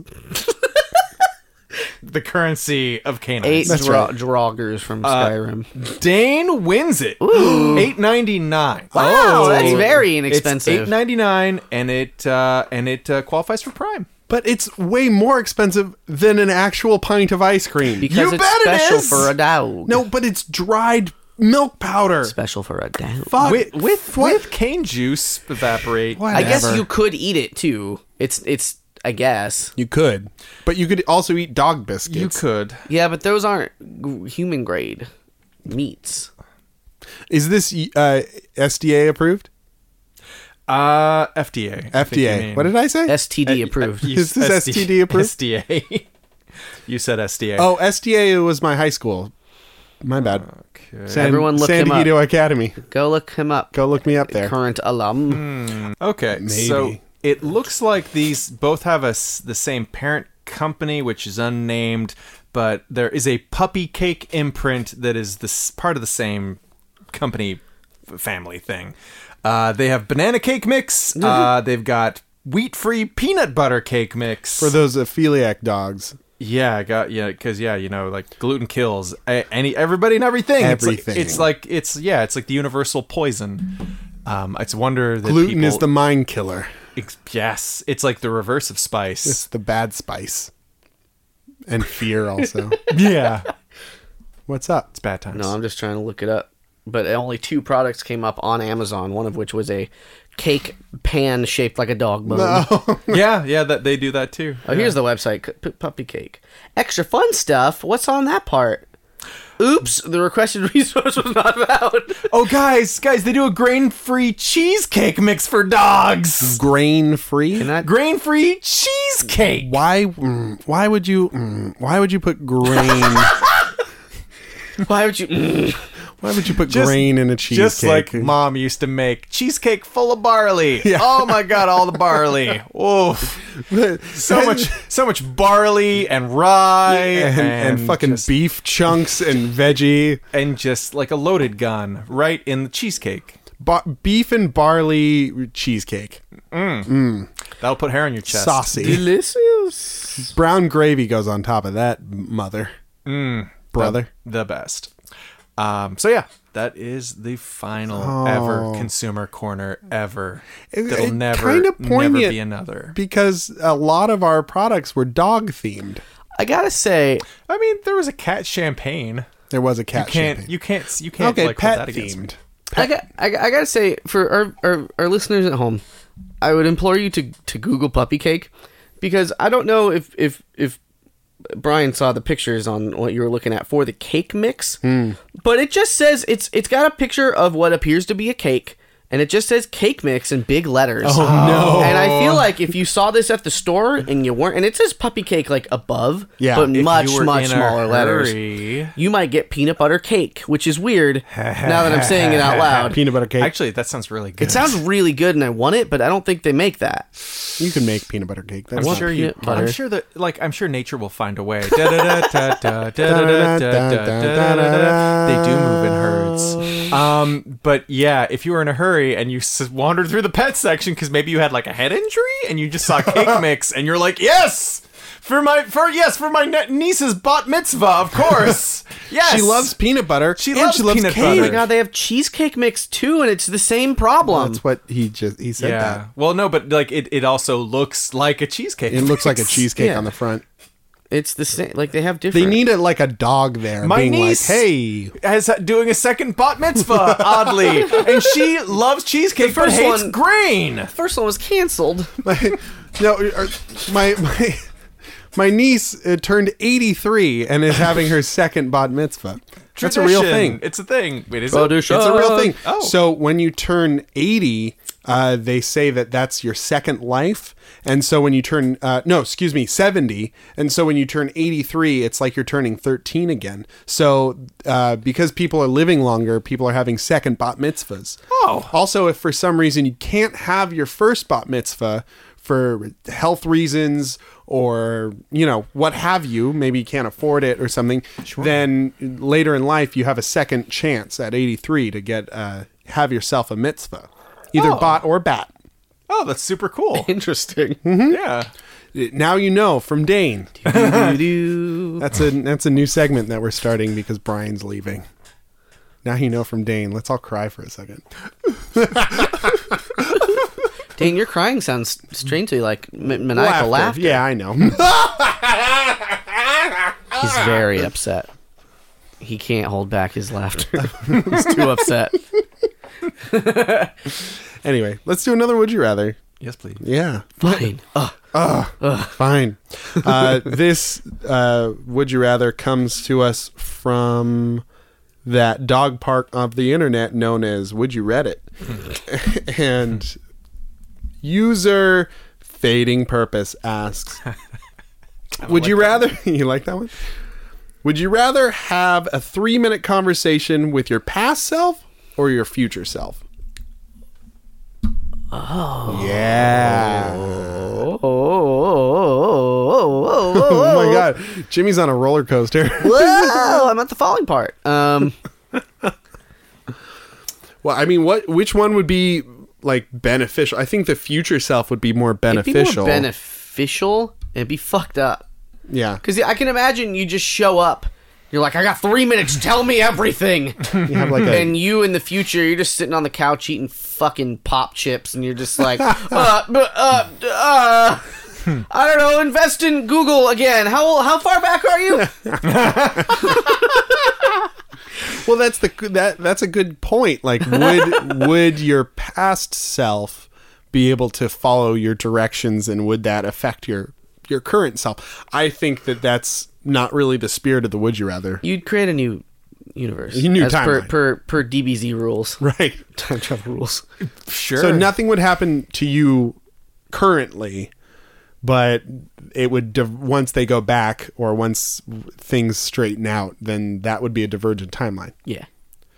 The currency of canines.
Eight
That's
dro-
right. Uh,
droggers from Skyrim.
Dane wins it. Eight ninety nine.
Wow, that's very
It's
inexpensive.
eight ninety nine, and it uh, and it uh, qualifies for Prime.
But it's way more expensive than an actual pint of ice cream.
because
You
it's
bet it
special
is!
for a dog.
no, but it's dried milk powder.
special for a dog.
Fuck.
with with, with cane juice evaporate.
I guess
Whatever.
you could eat it too. It's it's. I guess.
You could, but you could also eat dog biscuits.
You could.
Yeah, but those aren't g- human grade meats.
Is this uh, SDA approved?
Uh, FDA. I think you
FDA.
mean.
What did I say?
STD approved.
You-
Is this STD approved?
SDA. you said SDA.
oh, SDA was my high school. My bad.
Okay.
San,
Everyone look
San
him up.
Diego Academy.
Go look him up.
Go look me up there. Hmm.
Current alum.
Okay. So
Maybe.
it looks like these both have a s the same parent company, which is unnamed, but there is a puppy cake imprint that is this part of the same company f- family thing. Uh, they have banana cake mix.
Mm-hmm.
Uh, they've got wheat-free peanut butter cake mix.
For those apheliac dogs,
Yeah, I got yeah, because yeah, you know, like gluten kills a- any everybody and everything. It's like-
Everything.
It's like, it's yeah, it's like the universal poison. Um, it's a wonder that
gluten is the
people-
mind killer.
ex- yes. It's like the reverse of
It's
spice.
the bad spice. And fear also.
yeah, it's
What's up?
bad times.
No, I'm just trying to look it up. But only two products came up on Amazon. One of which was a cake pan shaped like a dog bone.
yeah, yeah, that they do that too.
Oh, here's the website: cu- pu- Puppy Cake. Extra fun stuff. What's on that part? Oops, the requested resource was not found.
Oh, guys, guys, they do a grain-free cheesecake mix for dogs.
Grain free?
Can I-
Grain-free cheesecake.
why mm, why would you mm, why would you put grain
Why would you? Mm.
why would you put
Just-
grain in a cheesecake?
Just like mom used to make cheesecake full of barley. Oh my god, all the barley. Oof. so much so much barley and rye
and,
and,
and fucking
just,
beef chunks and veggie
and just like a loaded gun right in the cheesecake
ba- beef and barley cheesecake.
that'll put hair on your chest
Saucy.
Delicious.
Yes.
Brown gravy goes on top of that, mother.
Mm.
brother.
the best. Um, so yeah, that is the final ever consumer corner ever.
Oh. It-
There'll
it
never,
kinda
never
poignant-
be another.
Because a lot of our products were dog themed.
I gotta say,
I mean, there was a cat champagne.
There was a cat
You can't,
champagne.
you can't, you can't
okay,
like hold
pet
that against me.
themed.
I got, I, got- I gotta say for our, our our listeners at home, I would implore you to to Google puppy cake, because I don't know if if if Brian saw the pictures on what you were looking at for the cake mix, but it just says it's it's got a picture of what appears to be a cake. And it just says cake mix in big letters. Oh no! And I feel like if you saw this at the store and you weren't, and it says puppy cake like above,
Yeah,
but
if you
much
were
much
in a
smaller letters.
hurry.
You might get peanut butter cake, which is weird now that I'm saying it out loud.
Peanut butter cake.
Actually, that sounds really good.
It sounds really good and I want it, but I don't think they make that.
you can make peanut butter cake. That's
I'm
not-
sure you.
peanut butter.
I'm sure that, like, I'm sure nature will find a way. Da-da-da-da-da, da-da-da-da-da-da-da-da. They do move in herds. Um, but yeah, if you were in a hurry and you s- wandered through the pet section because maybe you had like a head injury and you just saw cake mix and you're like, yes, for my for yes for my ne- niece's bat mitzvah, of course. Yes,
She loves peanut butter.
She
and
loves
she loves
peanut
cake.
Oh
butter.
my god, they have cheesecake mix too, and it's the same problem.
That's what he just he said.
Yeah. Well, no, but like it, it also looks like a cheesecake.
That. It looks like a cheesecake
Yeah.
on the front.
it's the same. Like they have
They
different.
need it like a dog there,
My
being
niece
like, "Hey,
has uh, doing a second bat mitzvah, oddly, and she loves cheesecake but
first
hates
one-
grain.
First one was canceled.
my, no, er, my my my niece uh, turned 83 and is having her second bat mitzvah. That's a real
Tradition.
thing.
It's a thing. Wait, is it?
Tradition.
It's a real thing.
Oh.
So when you turn 80, uh, they say that that's your second life. And so when you turn, uh, no, excuse me, 70. And so when you turn 83, it's like you're turning 13 again. So uh, because people are living longer, people are having second bat mitzvahs.
Oh.
Also, if for some reason you can't have your first bat mitzvah for health reasons or you know what have you maybe you can't afford it or something then later in life you have a second chance at 83 to get uh have yourself a mitzvah either
Oh.
bot or bat
Oh, that's super cool.
Interesting.
yeah.
now you know from dane
Doo-doo-doo.
that's a that's a new segment that we're starting because brian's leaving now you know from dane let's all cry for a second
Dane, your crying sounds strangely like ma- maniacal laughter.
yeah i know
He's very upset. He can't hold back his laughter. He's too upset.
anyway let's do another would you rather
Yes, please.
yeah
Fine. Ugh.
Fine. Uh, this uh, would you rather comes to us from that dog park of the internet known as Would You Reddit, and user fading purpose asks, Would you rather? you like that one? Would you rather have a three minute conversation with your past self or your future self? Oh. Yeah.
Oh, oh, oh, oh, oh, oh, oh.
Oh my god, Jimmy's on a roller coaster.
Whoa! I'm at the falling part. Um,
well, I mean, what? Which one would be like beneficial? I think the future self would be more
it'd be
beneficial.
more beneficial and be fucked up.
yeah,
Because I can imagine you just show up. You're like, I got three minutes. Tell me everything.
you have like a
and you in the future, you're just sitting on the couch eating fucking pop chips, and you're just like, uh, b- uh, d- uh, I don't know. Invest in Google again. How how far back are you?
well. That's the that that's a good point. Like, would would your past self be able to follow your directions, and would that affect your your current self? I think that that's not really the spirit of the would you rather.
You'd create a new universe.
A new
as per,
timeline.
per per DBZ rules,
Right.
time travel rules.
Sure.
So nothing would happen to you currently, but it would div- once they go back or once things straighten out, then that would be a divergent timeline.
Yeah.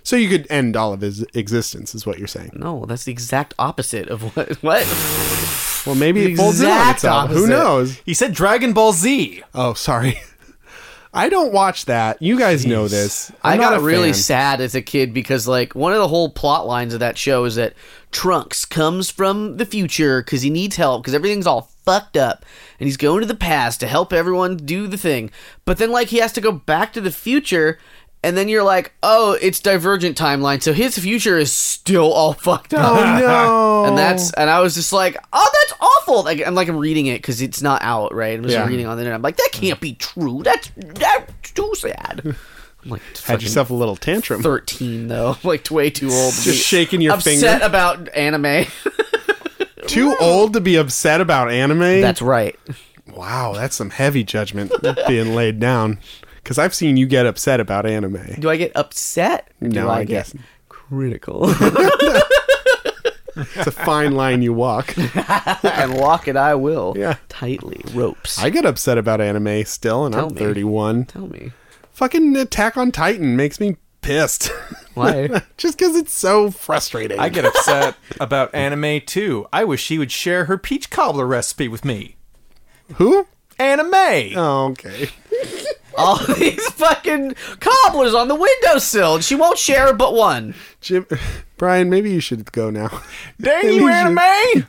So you could end all of his existence, is what you're saying.
No, that's the exact opposite of what what.
Well, maybe
The
it folds in on
exact
itself. Who
opposite.
knows?
he said Dragon Ball Z.
Oh, sorry. I don't watch that. You guys know this.
i
I'm not
got
a
really
fan.
sad as a kid because like one of the whole plot lines of that show is that Trunks comes from the future because he needs help because everything's all fucked up and he's going to the past to help everyone do the thing. But then like he has to go back to the future and then you're like, oh, it's divergent timeline, so his future is still all fucked up.
Oh, no.
And that's and I was just like, oh, that's awful. Like I'm like I'm reading it because it's not out, right? I'm just
Yeah.
reading on the internet. I'm like, that can't be true. That's that's too sad. I'm like,
had
fucking
yourself a little tantrum.
13 though, like way too old. To
Just shaking your
upset
finger.
about anime.
Too old to be upset about anime.
that's right.
wow, that's some heavy judgment being laid down. Because I've seen you get upset about anime.
Do I get upset? Or do
No, I
get
guess-
critical
It's a fine line you walk.
and walk it. I will.
Yeah.
tightly ropes.
I get upset about anime still, and
Tell
I'm
me.
31.
Tell me
Fucking Attack on Titan makes me pissed.
why.
Just because it's so frustrating.
I get upset about anime too. I wish she would share her peach cobbler recipe with me.
Who?
Anime.
Oh, okay.
All these fucking cobblers on the windowsill, and she won't share but one.
Jim, Brian, maybe you should go now.
Dang
Maybe
you,
you
anime!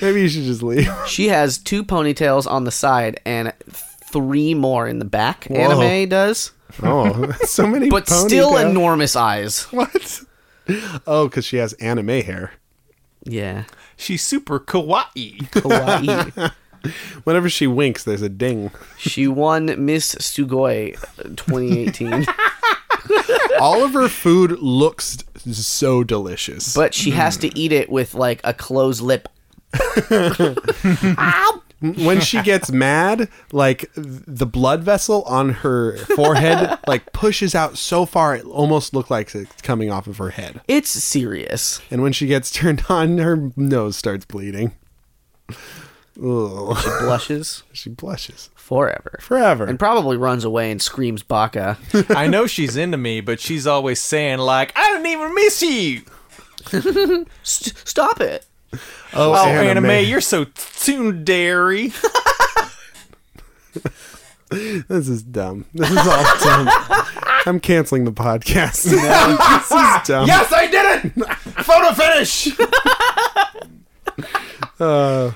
maybe you should just leave.
She has two ponytails on the side and three more in the back. Anime does,
Oh, so many.
but still
ponytails.
enormous eyes.
What? Oh, because she has anime hair.
Yeah,
She's super kawaii.
kawaii.
Whenever she winks, there's a ding.
She won Miss Sugoi uh, 2018,
All of her food looks so delicious.
but she has to eat it with like a closed lip. Ow!
when she gets mad, like th- the blood vessel on her forehead like pushes out so far it almost looks like it's coming off of her head.
It's serious.
And when she gets turned on, her nose starts bleeding. Ugh.
Blushes
She blushes
forever.
forever.
And probably runs away and screams baka.
I know she's into me, but she's always saying, like, I don't even miss you.
St- stop it.
Oh, anime, you're so tsundere.
This is dumb. This is all dumb. I'm canceling the podcast. this is dumb.
yes, I did it! Photo finish!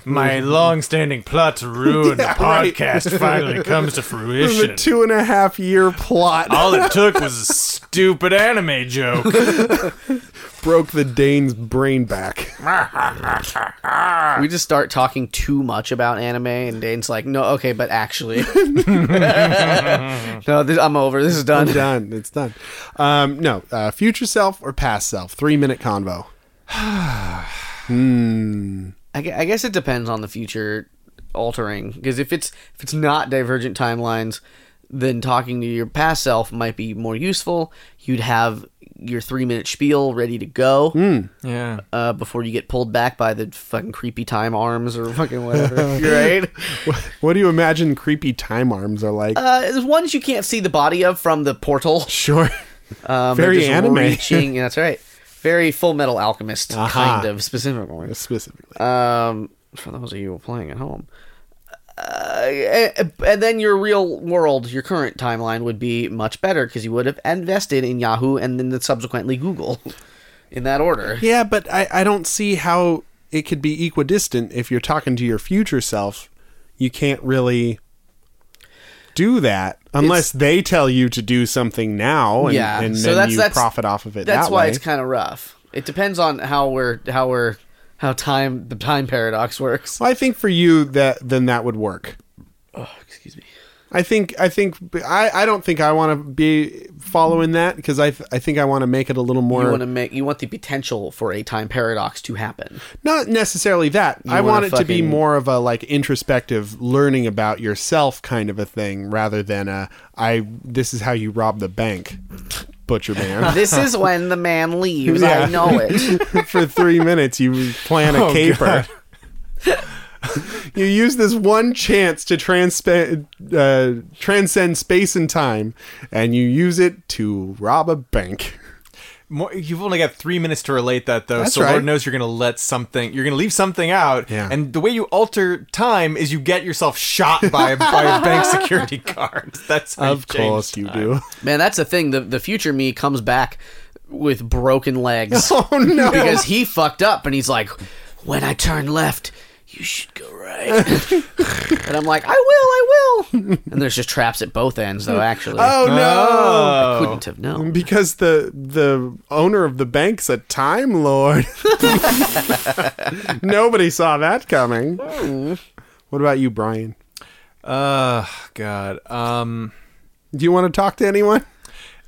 My long-standing plot to ruin the
Uh, right.
podcast finally comes to
This is a
fruition.
two and a half year plot
All it took was a stupid anime joke.
broke the Dane's brain back.
We just start talking too much about anime, and Dane's like, no, okay, but actually. no, this, I'm over. This is done.
I'm done. It's done. Um, no, uh, future self or past self. Three minute convo.
I, gue- I guess it depends on the future altering because if it's if it's not divergent timelines, then talking to your past self might be more useful. You'd have your three minute spiel ready to go
Hmm.
Yeah.
uh, before you get pulled back by the fucking creepy time arms or fucking whatever, right?
What do you imagine creepy time arms are like?
Uh, there's ones you can't see the body of from the portal.
sure.
Um, they're
Very
just
anime.
Reaching, yeah, that's right. Very Full Metal Alchemist
Aha.
kind of specifically.
Specifically.
um, for those of you who are playing at home. Uh, and, and then your real world, your current timeline would be much better because you would have invested in Yahoo and then subsequently Google in that order.
yeah, but I, I don't see how it could be equidistant if you're talking to your future self. You can't really do that unless they tell you to do something now and,
Yeah,
and
so
then
that's-
you
that's-
profit off of it
That's
that
why
way.
it's kind of rough. It depends on how we're how we're how time the time paradox works.
well, I think for you that then that would work.
Oh, excuse me.
I think I think I, I don't think I want to be following that because I th- I think I want to make it a little
You
more
want to make you want the potential for a time paradox to happen.
not necessarily that. I want
wanna
it to be
fucking-
more of a like introspective learning about yourself kind of a thing rather than a I this is how you rob the bank butcher man.
This is when the man leaves.
Yeah.
I know it.
For 3 minutes you plan a
Oh,
caper. you use this one chance to transpa- uh, transcend space and time and you use it to rob a bank.
more, you've only got three minutes to relate that though.
That's
so
right.
Lord knows you're going to let something, you're going to leave something out.
Yeah.
And the way you alter time is you get yourself shot by by a bank security guard. That's how
Of
you change
course you
time.
do.
Man, that's the thing. The the future me comes back with broken legs.
Oh no!
because he fucked up and he's like, when I turn left, you should go right. and I'm like, I will, I will. And there's just traps at both ends, though, actually.
oh no!
I couldn't have known.
um, Because the the owner of the bank's a time lord. Nobody saw that coming. Hmm. What about you, Brian?
Uh, God. Um,
Do you want to talk to anyone?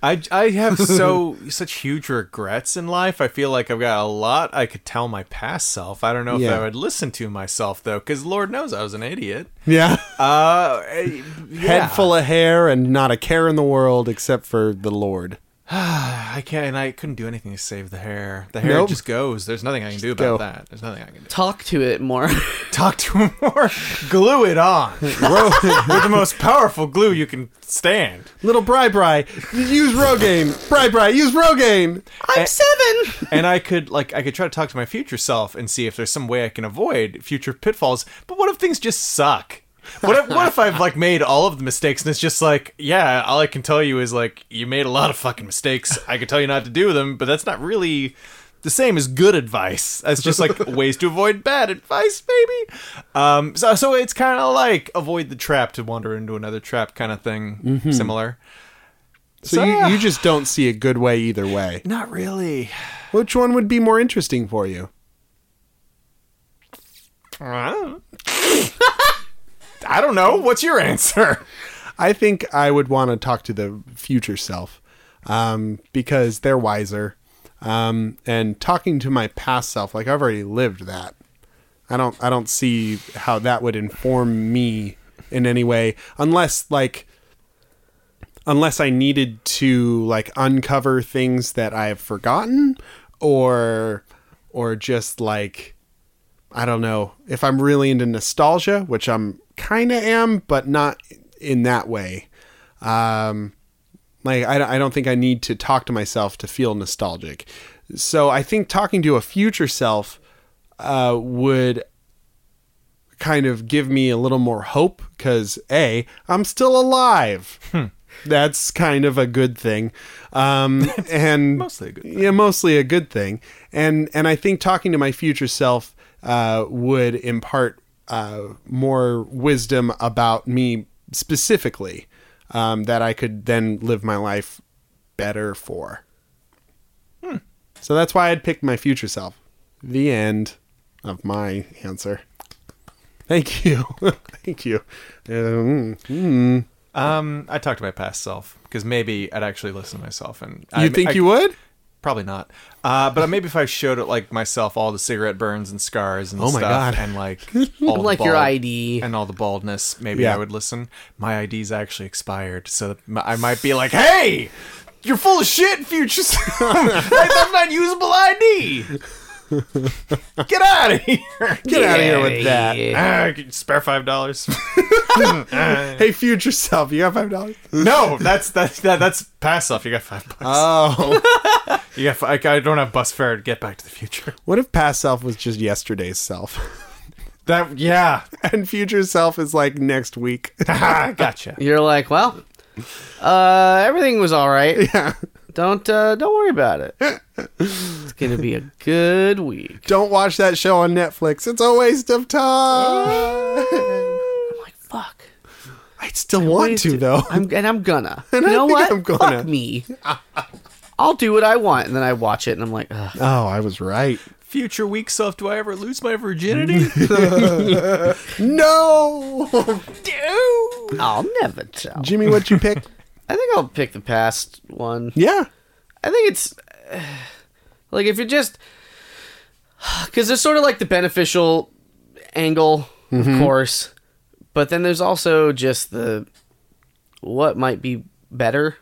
I, I have so such huge regrets in life. I feel like I've got a lot I could tell my past self. I don't know
Yeah.
if I would listen to myself though, because Lord knows I was an idiot.
Yeah.
Uh, eh, yeah.
Head full of hair and not a care in the world except for the Lord.
I can't. and I couldn't do anything to save the hair. The hair
Nope.
just goes. There's nothing I can do
go.
about that. There's nothing I can do.
Talk to it more.
Talk to him more. glue it on. Ro- with the most powerful glue you can stand.
Little Bri Bri, use Rogaine. Bri Bri, use Rogaine.
I'm seven.
and I could like I could try to talk to my future self and see if there's some way I can avoid future pitfalls. But what if things just suck? What if what if I've like made all of the mistakes and it's just like yeah, all I can tell you is like you made a lot of fucking mistakes. I can tell you not to do them, but that's not really the same as good advice. That's just like ways to avoid bad advice, maybe. Um, so so it's kind of like avoid the trap to wander into another trap kind of thing, similar.
So,
So,
you,
yeah.
you just don't see a good way either way.
Not really.
Which one would be more interesting for you?
I don't know. What's your answer?
I think I would want to talk to the future self um, because they're wiser. Um, and talking to my past self, like I've already lived that. I don't. I don't see how that would inform me in any way, unless like, unless I needed to like uncover things that I have forgotten, or, or just like, I don't know if I'm really into nostalgia, which I'm kind of am, but not in that way. Um, like I, I don't think I need to talk to myself to feel nostalgic. So I think talking to a future self uh, would kind of give me a little more hope because a I'm still alive.
Hmm.
That's kind of a good thing, um, and
mostly a good
thing. yeah, mostly a good thing. And and I think talking to my future self uh, would impart uh, more wisdom about me specifically um, that I could then live my life better for. So that's why I'd pick my future self. The end of my answer. Thank you. Thank you. Um,
Um, I talked to my past self because maybe I'd actually listen to myself. And
you
I,
think
I-
you would?
Probably not. Uh, but maybe if I showed it like myself, all the cigarette burns and scars and
Oh my
stuff,
God.
and like all the
Like your
bald-
ID.
and all the baldness, maybe
Yeah.
I would listen. My ID's actually expired, so that my, I might be like, "Hey, you're full of shit, future. self. like, that's not usable ID. Get out of here.
Get out of here with that.
Ah, could you spare five dollars. Ah.
Hey, future self, you got five dollars?
no, that's that's that, that's pass off. You got five bucks.
Oh,
you got five, I don't have bus fare to get back to the future.
what if past self was just yesterday's self,
That yeah,
and future self is like next week?
Ah, gotcha.
You're like, well, uh, everything was all right.
Yeah.
Don't uh, don't worry about it. It's gonna be a good week.
Don't watch that show on Netflix. It's a waste of time.
I'm like, fuck.
I still want to
Wasted.
though.
I'm and I'm gonna.
And
you
I
know
think
what?
I'm gonna.
Fuck me. I'll do what I want, and then I watch it, and I'm like, Ugh.
Oh, I was right.
Future weak self, do I ever lose my virginity?
No,
I'll never tell.
Jimmy, what you pick?
I think I'll pick the past one.
Yeah,
I think it's like if you're just because there's sort of like the beneficial angle, of
Mm-hmm.
course, but then there's also just the what might be better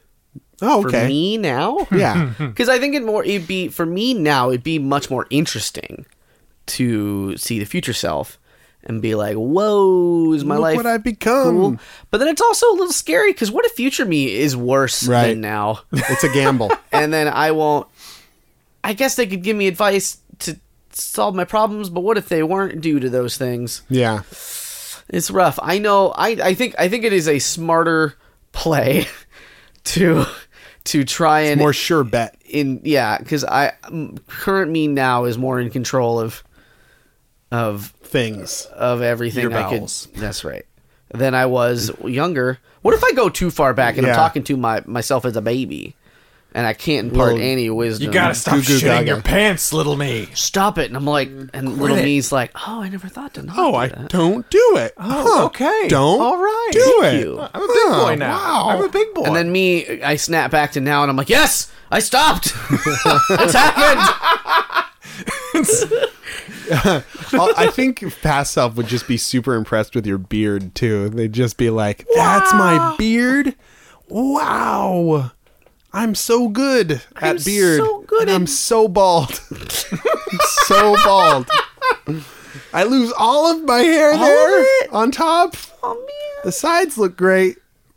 Oh,
for
okay.
me now.
Yeah.
Because I think it more it'd be for me now it'd be much more interesting to see the future self and be like, "Whoa, is my
Look
life
what I've become.
cool?" But then it's also a little scary because what if future me is worse
Right.
than now,
It's a gamble.
and then I won't I guess they could give me advice to solve my problems, but what if they weren't due to those things?
Yeah.
It's rough. I know. I, I think I think it is a smarter play to to try and
More sure bet.
in yeah because I m- current me now is more in control of of
Things.
of everything
Your
I could.
bowels.
That's right. Than I was younger. What if I go too far back and
Yeah.
I'm talking to my myself as a baby, and I can't impart
Little-
any wisdom?
You gotta stop
Goo-goo
shitting
gaga.
your pants, little me.
stop it. And I'm like, and little
it.
me's like, oh, I never thought to not.
Oh,
do
I
that."
don't do it.
Uh, Oh, okay.
Don't.
All right.
Do
Thank
it.
you.
I'm a big
Huh,
boy now.
Wow.
I'm a big boy.
And then me, I snap back to now, and I'm like, yes, I stopped. it's happened.
I'll- I think your past self would just be super impressed with your beard too. They'd just be like, "That's my beard! Wow, I'm so good at
I'm
beard.
so good
and
at-
I'm so bald. I'm so bald. I lose all of my hair there
it?
on top. The sides look great,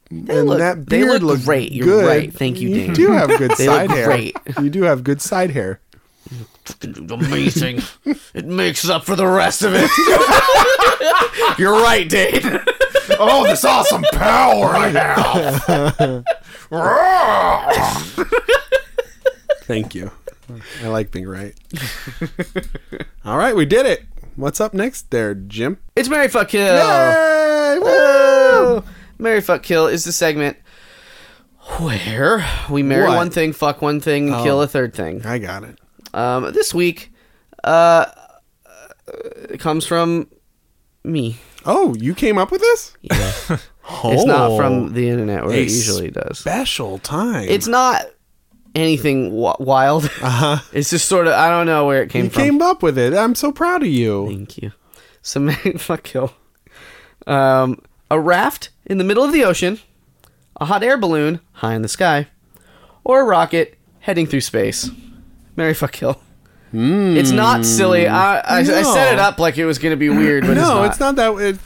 and
look-
that
they
beard
look
looks
great. You're
good.
right. Thank you, Dan.
do have good
They
side
look
hair.
great.
You do have good side hair.
Amazing. it makes up for the rest of it. You're right, Dave.
oh, this awesome power I have.
Thank you. I like being right. All right, we did it. What's up next there, Jim? Oh.
It's Mary Fuck Kill.
Yay!
Woo! Mary Fuck Kill is the segment where we marry
What?
one thing, fuck one thing, and kill a third thing.
I got it.
Um, this week, uh, it comes from me.
Oh, you came up with this?
It's
Oh.
not from the internet where it
Ace.
usually does.
Special time.
It's not anything w- wild.
uh-huh.
It's just sort of I don't know where it came
You
from.
came up with it. I'm so proud of you.
Thank you. So Mary Fuck Kill. Um, a raft in the middle of the ocean, a hot air balloon high in the sky, or a rocket heading through space. Mary Fuck Kill. It's not silly. I, I, I set it
No.
up like it was going to be weird, but
no,
it's not.
that. It,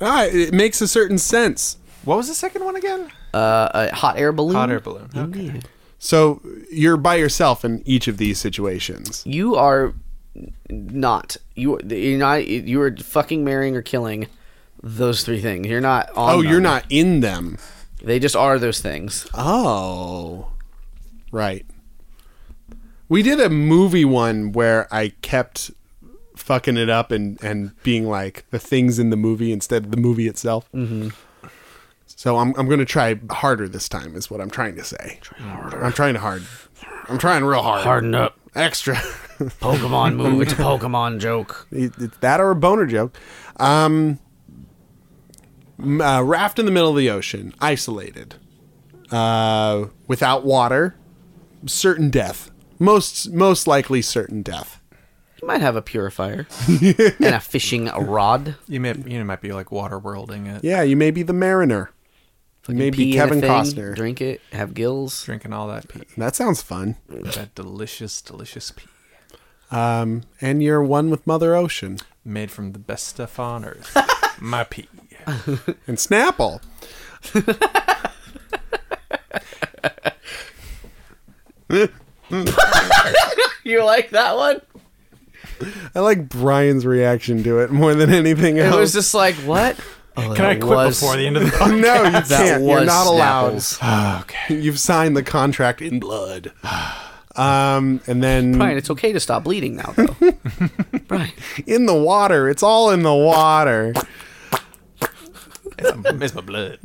ah, it makes a certain sense.
What was the second one again?
Uh, a hot air balloon.
Hot air balloon. Okay.
Indeed.
So you're by yourself in each of these situations.
You are not. You you're not. You are fucking marrying or killing those three things. You're not on.
Oh,
them.
you're not in them.
They just are those things.
Oh, right. We did a movie one where I kept fucking it up and and being like the things in the movie instead of the movie itself. Mm-hmm. So I'm I'm gonna try harder this time. Is what I'm trying to say. I'm trying hard. I'm trying real hard.
Harden up.
Extra.
Pokemon move. It's a Pokemon joke.
It- it's that or a boner joke. Um, m- uh, raft in the middle of the ocean, isolated, uh, without water, certain death. Most most likely certain death.
You might have a purifier and a fishing rod.
You may you might be like water worlding it,
Yeah, you may be the mariner. You may
Pee
be
in a
Kevin
thing,
Costner.
Drink it. Have gills.
drinking all that pee,
That sounds fun.
that delicious, delicious pee,
Um, and you're one with Mother Ocean
made from the best stuff on earth. My pee.
and Snapple.
You like that one?
I like Brian's reaction to it more than anything
It
else.
was just like what? Oh,
Can I
that
quit
was-
before the end of the podcast?
no, you
That
can't.
was
You're not allowed.
Snapples.
okay.
You've signed the contract in blood. Um, and then
Brian, it's okay to stop bleeding now, though. Brian,
in the water. It's all in the water.
It's my, it's my blood.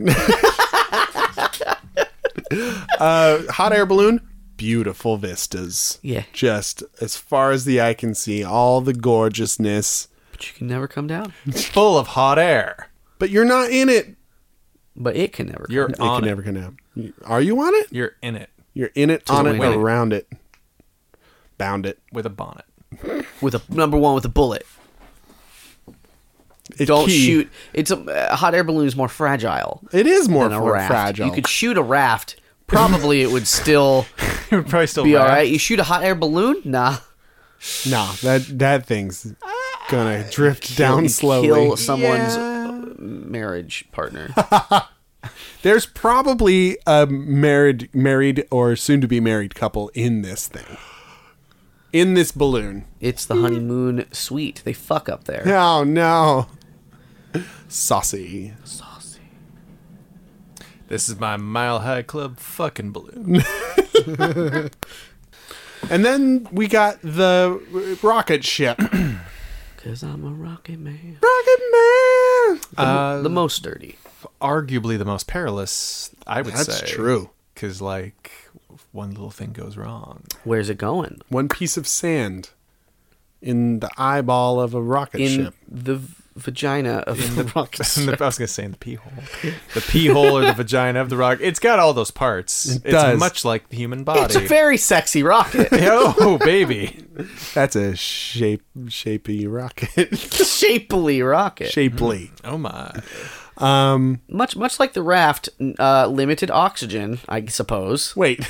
Uh, hot air balloon. Beautiful vistas.
Yeah.
Just as far as the eye can see, all the gorgeousness.
but you can never come down.
It's full of hot air.
But you're not in it.
But it can never.
You're
come down.
It
on
can
it.
never come out. Are you on it?
You're in it
You're in it, on
the
it,
wind.
around it, bound it.
with a bonnet.
with a number one with a bullet.
It
Don't
key-
shoot. It's a, a hot air balloon is more fragile
It is more
than a
fra-
raft.
fragile.
You could shoot a raft. Probably it would still
It would probably still
be all
raft.
right. You shoot a hot air balloon? Nah.
nah, that that thing's gonna drift down
You
slowly.
Ah, Kill someone's uh, marriage partner.
There's probably a married, married or soon to be married couple in this thing. in this balloon.
It's the honeymoon suite. They fuck up there.
Oh no. Saucy.
This is my Mile High Club fucking balloon.
And then we got the uh, rocket ship.
Cause I'm a rocket man.
rocket man.
the most dirty.
Arguably the most perilous, I would say.
That's true.
Because, like, one little thing goes wrong.
Where's it going?
One piece of sand in the eyeball of a rocket
In
ship.
the v- vagina of the rocket.
In the- I was going to say in the pee hole. The pee hole or the vagina of the rock. It's got all those parts.
It
it's
does.
much like the human body.
It's a very sexy rocket.
oh, baby.
That's a shape shapey rocket.
Shapely rocket.
Shapely.
Oh, my.
Um
much much like the raft, n- uh, limited oxygen, I suppose.
wait.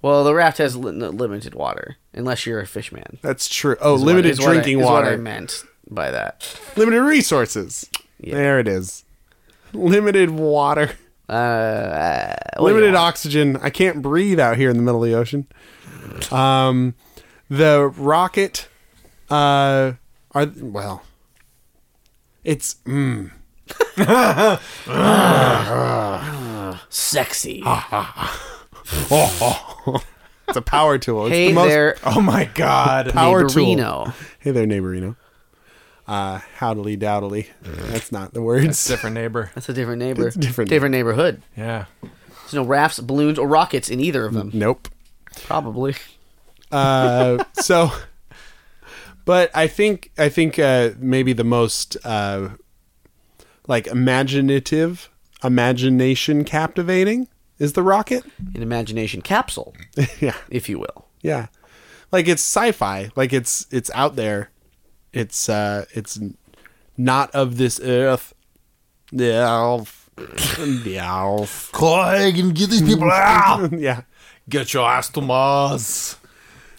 Well, the raft has li- n- limited water, unless you're a fish man.
That's true. Oh,
Is what-
limited
is what I-
drinking
is what I
water.
meant by that.
limited resources.
Yeah.
There it is. Limited water.
Uh, what do you
limited
want?
oxygen. I can't breathe out here in the middle of the ocean. Um, the rocket. Uh, are well. It's mm,
sexy.
Ah, it's a power tool. It's
hey
the most,
there,
Oh, my God.
power
neighborino.
tool. Hey there, neighborino. Uh, howdily dowdily. That's not the
It's
words.
a different neighbor.
That's a different neighbor.
It's different.
neighborhood.
Yeah.
There's no rafts, balloons, or rockets in either of them.
Nope.
Probably.
Uh, so, but I think I think uh, maybe the most uh, like imaginative, imagination captivating is the rocket.
An imagination capsule,
yeah,
if you will.
yeah. Like it's sci-fi. Like it's it's out there. It's uh it's not of this earth. Yeah. Yeah.
Clyde, and get these people out.
yeah.
Mm. Get your ass to Mars.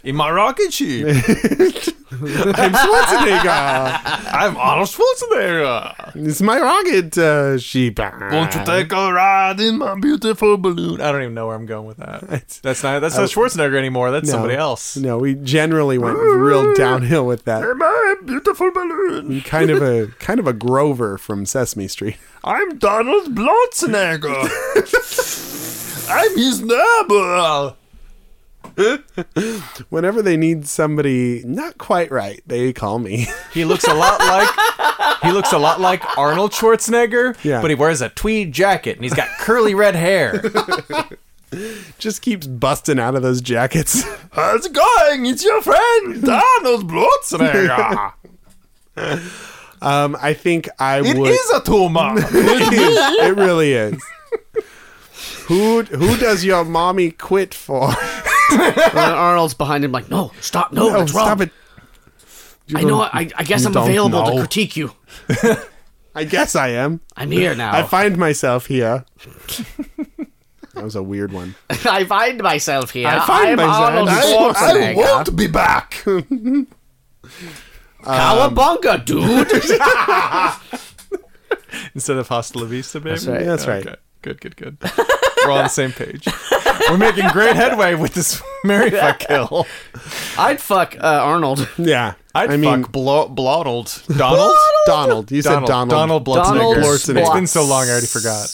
In my rocket ship.
I'm Schwarzenegger.
I'm Arnold Schwarzenegger.
it's my rocket uh, sheep.
Won't you take a ride in my beautiful balloon? I don't even know where I'm going with that. That's not that's not Schwarzenegger anymore. That's
No.
somebody else.
No, we generally went real downhill with that.
In my beautiful balloon.
Kind of a kind of a Grover from Sesame Street.
I'm Donald Blotzenegger. I'm his neighbor.
Whenever they need somebody not quite right, they call me.
He looks a lot like he looks a lot like Arnold Schwarzenegger,
Yeah.
but he wears a tweed jacket and he's got curly red hair.
Just keeps busting out of those jackets.
How's it going? It's your friend Donald Blotzenegger.
Um, I think I
It is
would.
a tumor.
it is. It really is. Who who does your mommy quit for?
And Arnold's behind him, like, no, stop, no,
Oh,
that's wrong.
stop it!
I know. I, I guess I'm
don't
available
know.
to critique you.
I guess I am.
I'm here now.
I find myself here. that was a weird one.
I find myself here.
I find
I'm
myself-
Arnold
I-
Schwarzenegger.
won't be back.
Um, Cowabunga, dude.
Instead of hasta la vista, baby. That's
right.
That's right.
Good, good, good. We're on the same page. We're making great headway with this Mary fuck kill.
I'd fuck uh, Arnold.
Yeah,
I'd
I mean,
fuck Blo- Blottled. Donald?
Donald. You said Donald.
Donald
Donald
Blotzenegger. It's
Schwarzenegger.
been so long, I already forgot.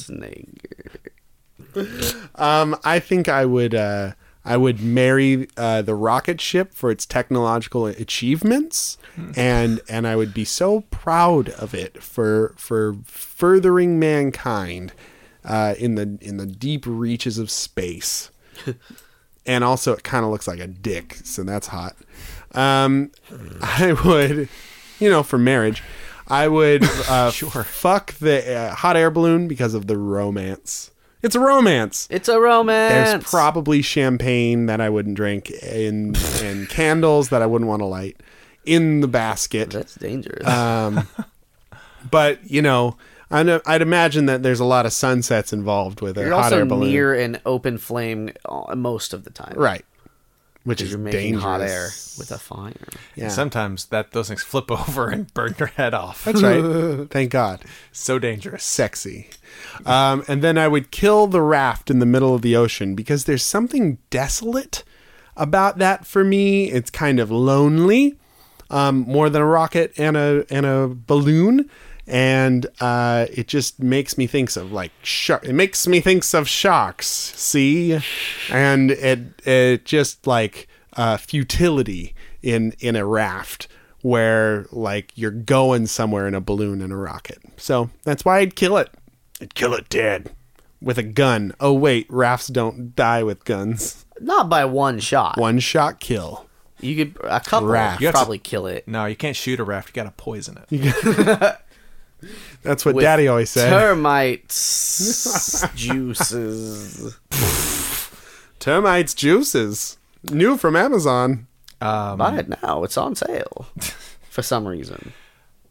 Schwarzenegger.
Um, I think I would. Uh, I would marry uh, the rocket ship for its technological achievements, and and I would be so proud of it for for furthering mankind uh, in the in the deep reaches of space. and also, it kind of looks like a dick, so that's hot. Um, I would, you know, for marriage, I would uh, fuck the uh, hot air balloon because of the romance. It's a romance.
It's a romance.
There's probably champagne that I wouldn't drink and and candles that I wouldn't want to light in the basket. Um,
That's dangerous.
Uh, But you know, I know, I'd imagine that there's a lot of sunsets involved with a
You're
hot
also
air balloon,
near an open flame uh, most of the time.
right? Which
Because
is
you're making
dangerous.
hot air with a fire.
Yeah.
Sometimes that those things flip over and burn your head off.
That's right. Thank God.
so dangerous.
Sexy. Um, and then I would kill the raft in the middle of the ocean because there's something desolate about that for me. It's kind of lonely, um, more than a rocket and a and a balloon, and uh, it just makes me thinks of like shark. It makes me thinks of sharks. See, and it it just like uh, futility in in a raft where like you're going somewhere in a balloon and a rocket. So that's why I'd kill it. I'd kill it dead with a gun. Oh wait, rafts don't die with guns.
Not by one shot.
One shot kill.
You could a couple
Raft.
would
have to-
probably kill it.
No, you can't shoot a raft. You got to poison it.
That's what
with
Daddy always said.
Termites juices.
Termites juices. New from Amazon. Um,
Buy it now. It's on sale for some reason.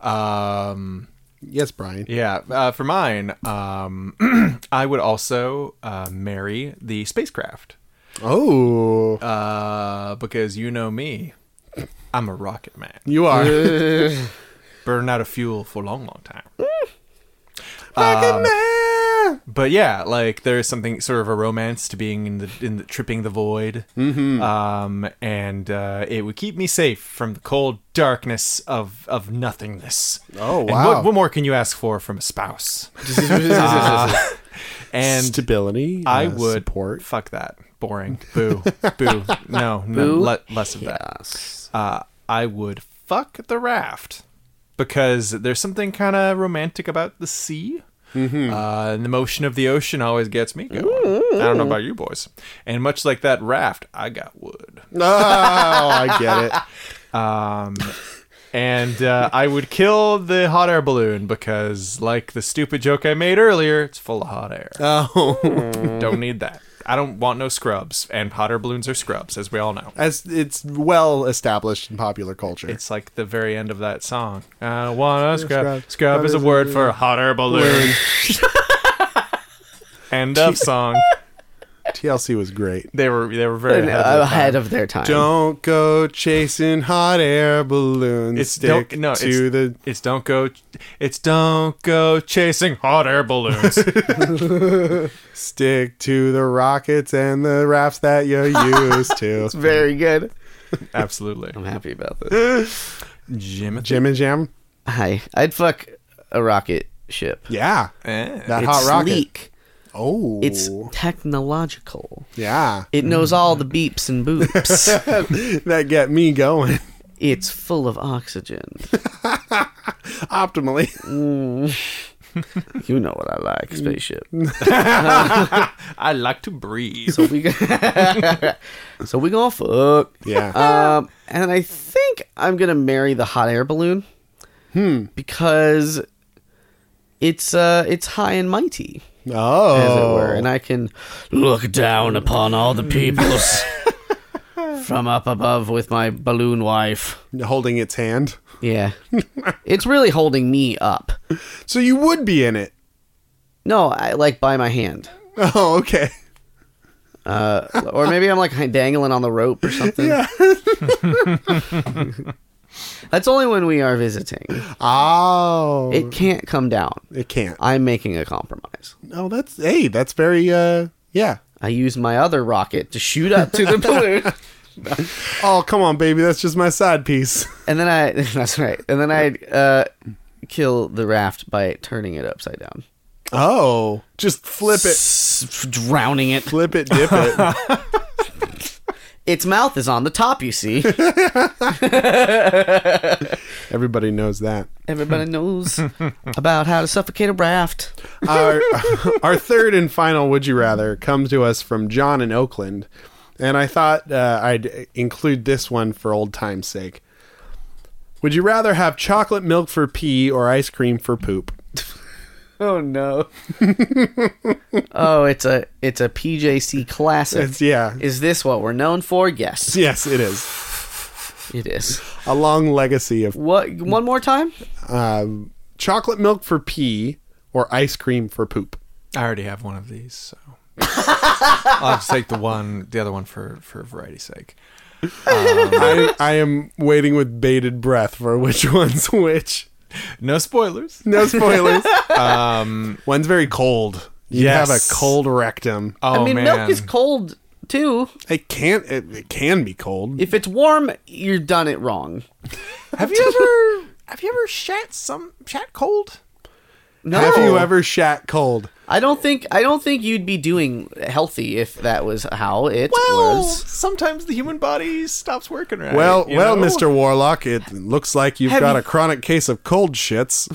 Um,
Yes, Brian.
yeah. Uh, for mine, um, I would also uh, marry the spacecraft
Oh,
uh, because you know me. I'm a rocket man.
you are
Uh, Burn out of fuel for a long, long time. um,
Rocket Man.
but yeah, like there's something sort of a romance to being in the in the tripping the void, mm-hmm. um, and uh, it would keep me safe from the cold darkness of of nothingness.
Oh,
And
wow.
what, what more can you ask for from a spouse? Uh, And
Stability.
I
uh,
would
support.
Fuck that. Boring. Boo. Boo. No. No.
Boo.
le- less of that
Yes.
uh, I would fuck the raft because there's something kind of romantic about the sea. Uh, and the motion of the ocean always gets me going. I don't know about you boys. And much like that raft, I got wood.
No, Oh, I get it.
Um, and uh, I would kill the hot air balloon because, like the stupid joke I made earlier, it's full of hot air.
Oh,
Don't need that. I don't want no scrubs. And hot air balloons are scrubs, as we all know.
as it's well established in popular culture.
It's like the very end of that song. I don't want to scrub.
Scrub.
Scrub, is a word for hot air balloon. end of song.
TLC was great.
They were they were very ahead of their time.
Ahead of their time.
Don't go chasing hot air balloons.
It's
Stick
don't, no, it's,
to the
it's don't go it's don't go chasing hot air balloons.
stick to the rockets and the rafts that you used to.
Very good.
Absolutely.
I'm happy about this.
Jim.
Jim and Jam.
Hi. I'd fuck a rocket ship.
Yeah,
Eh.
that
it's
hot rocket.
sleek.
Oh,
It's technological.
yeah.
It knows all the beeps and boops.
that get me going
it's full of oxygen.
optimally.
You know what I like, spaceship.
I like to breathe.
So we go- so we gonna fuck.
Yeah.
Um, and I think I'm gonna marry the hot air balloon. Hmm. Because it's uh it's high and mighty,
oh,
as it were, and I can look down upon all the peoples from up above with my balloon wife.
holding its hand.
Yeah. it's really holding me up.
So you would be in it.
No, I like by my hand.
Oh, okay.
Uh, or maybe I'm like dangling on the rope or something.
Yeah.
That's only when we are visiting.
Oh,
It
it,
can't come down.
can't.
I'm making a compromise.
Oh, that's hey, that's very uh, yeah.
I use my other rocket to shoot up to the balloon,
Oh, come on, baby, that's just my side piece.
and then I. That's right. And then I uh, kill the raft by turning it upside down,
Oh, just flip it,
S- drowning it.
flip it, dip it.
Its mouth is on the top. You see,
Everybody knows that.
everybody knows about how to suffocate a raft.
our our third and final would you rather comes to us from John in Oakland, and I thought uh, I'd include this one for old time's sake. Would you rather have chocolate milk for pee or ice cream for poop?
Oh no. oh, it's a it's a PJC classic.
It's yeah,
Is this what we're known for? Yes,
yes, it is
it is.
a long legacy of
What? One more time?
um, chocolate milk for pee or ice cream for poop.
I already have one of these, so I'll just take the one the other one for for variety's sake.
I, I am waiting with bated breath for which one's which.
No spoilers.
No spoilers.
Um
One's very cold. You
Yes.
have a cold rectum.
oh
I mean,
man.
milk is cold too.
It can't. It, it can be cold.
If it's warm, you're done it wrong.
Have you ever have you ever shat some shat cold?
No,
Have you ever shat cold?
I don't think I don't think you'd be doing healthy if that was how it
Well,
was.
sometimes the human body stops working right.
Well,
Uh, you
well,
know?
Mr. Warlock, it looks like you've
Have
got
you-
a chronic case of cold shits.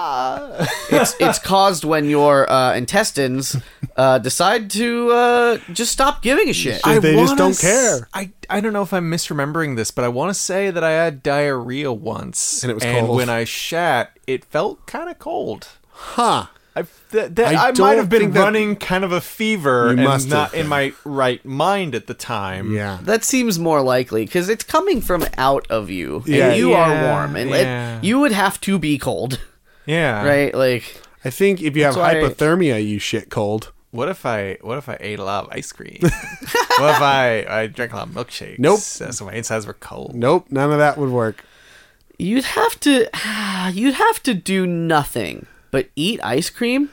It's it's caused when your uh, intestines uh, decide to uh, just stop giving a shit.
I- They just
wanna
don't
s-
care.
I, I don't know if I'm misremembering this, but I want to say that I had diarrhea once,
And it was
and
cold.
when I shat, it felt kind of cold.
Huh.
I, th- that,
I
I,
don't
might have been
think that-
running kind of a fever and
must have
not
been.
in my right mind at the time.
Yeah.
that seems more likely because it's coming from out of you,
Yeah.
and you
Yeah,
are warm, and it-
yeah.
you would have to be cold,
yeah.
right? Like
I think if you have
why-
hypothermia, you shit cold.
What if I what if I ate a lot of ice cream? what if I I drank a lot of milkshakes?
Nope.
So so my insides were cold.
Nope, none of that would work.
you'd have to you'd have to do nothing but eat ice cream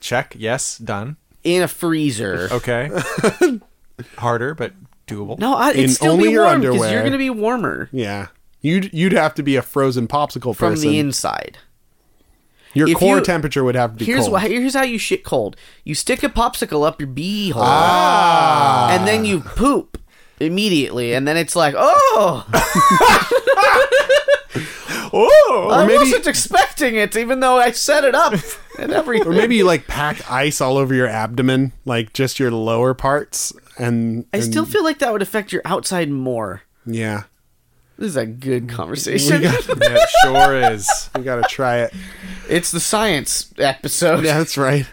Check. Yes. Done.
in a freezer.
Okay. Harder, but doable.
No, I,
In
it'd still
only
be
your
warm because
underwear.
you're gonna be warmer
Yeah. You'd you'd have to be a frozen popsicle
from
person.
the inside.
Your
if
core
you-
temperature would have to be
Here's
cold.
why. Here's how you shit cold. You stick a popsicle up your beehole,
Ah.
and then you poop immediately, and then it's like, oh,
Oh.
I
maybe-
wasn't expecting it, even though I set it up and everything.
or maybe you like pack ice all over your abdomen, like just your lower parts, and,
I
and-
still feel like that would affect your outside more.
yeah,
This is a good conversation.
Yeah, it sure is.
we gotta try it.
it's the science episode.
Yeah, that's right.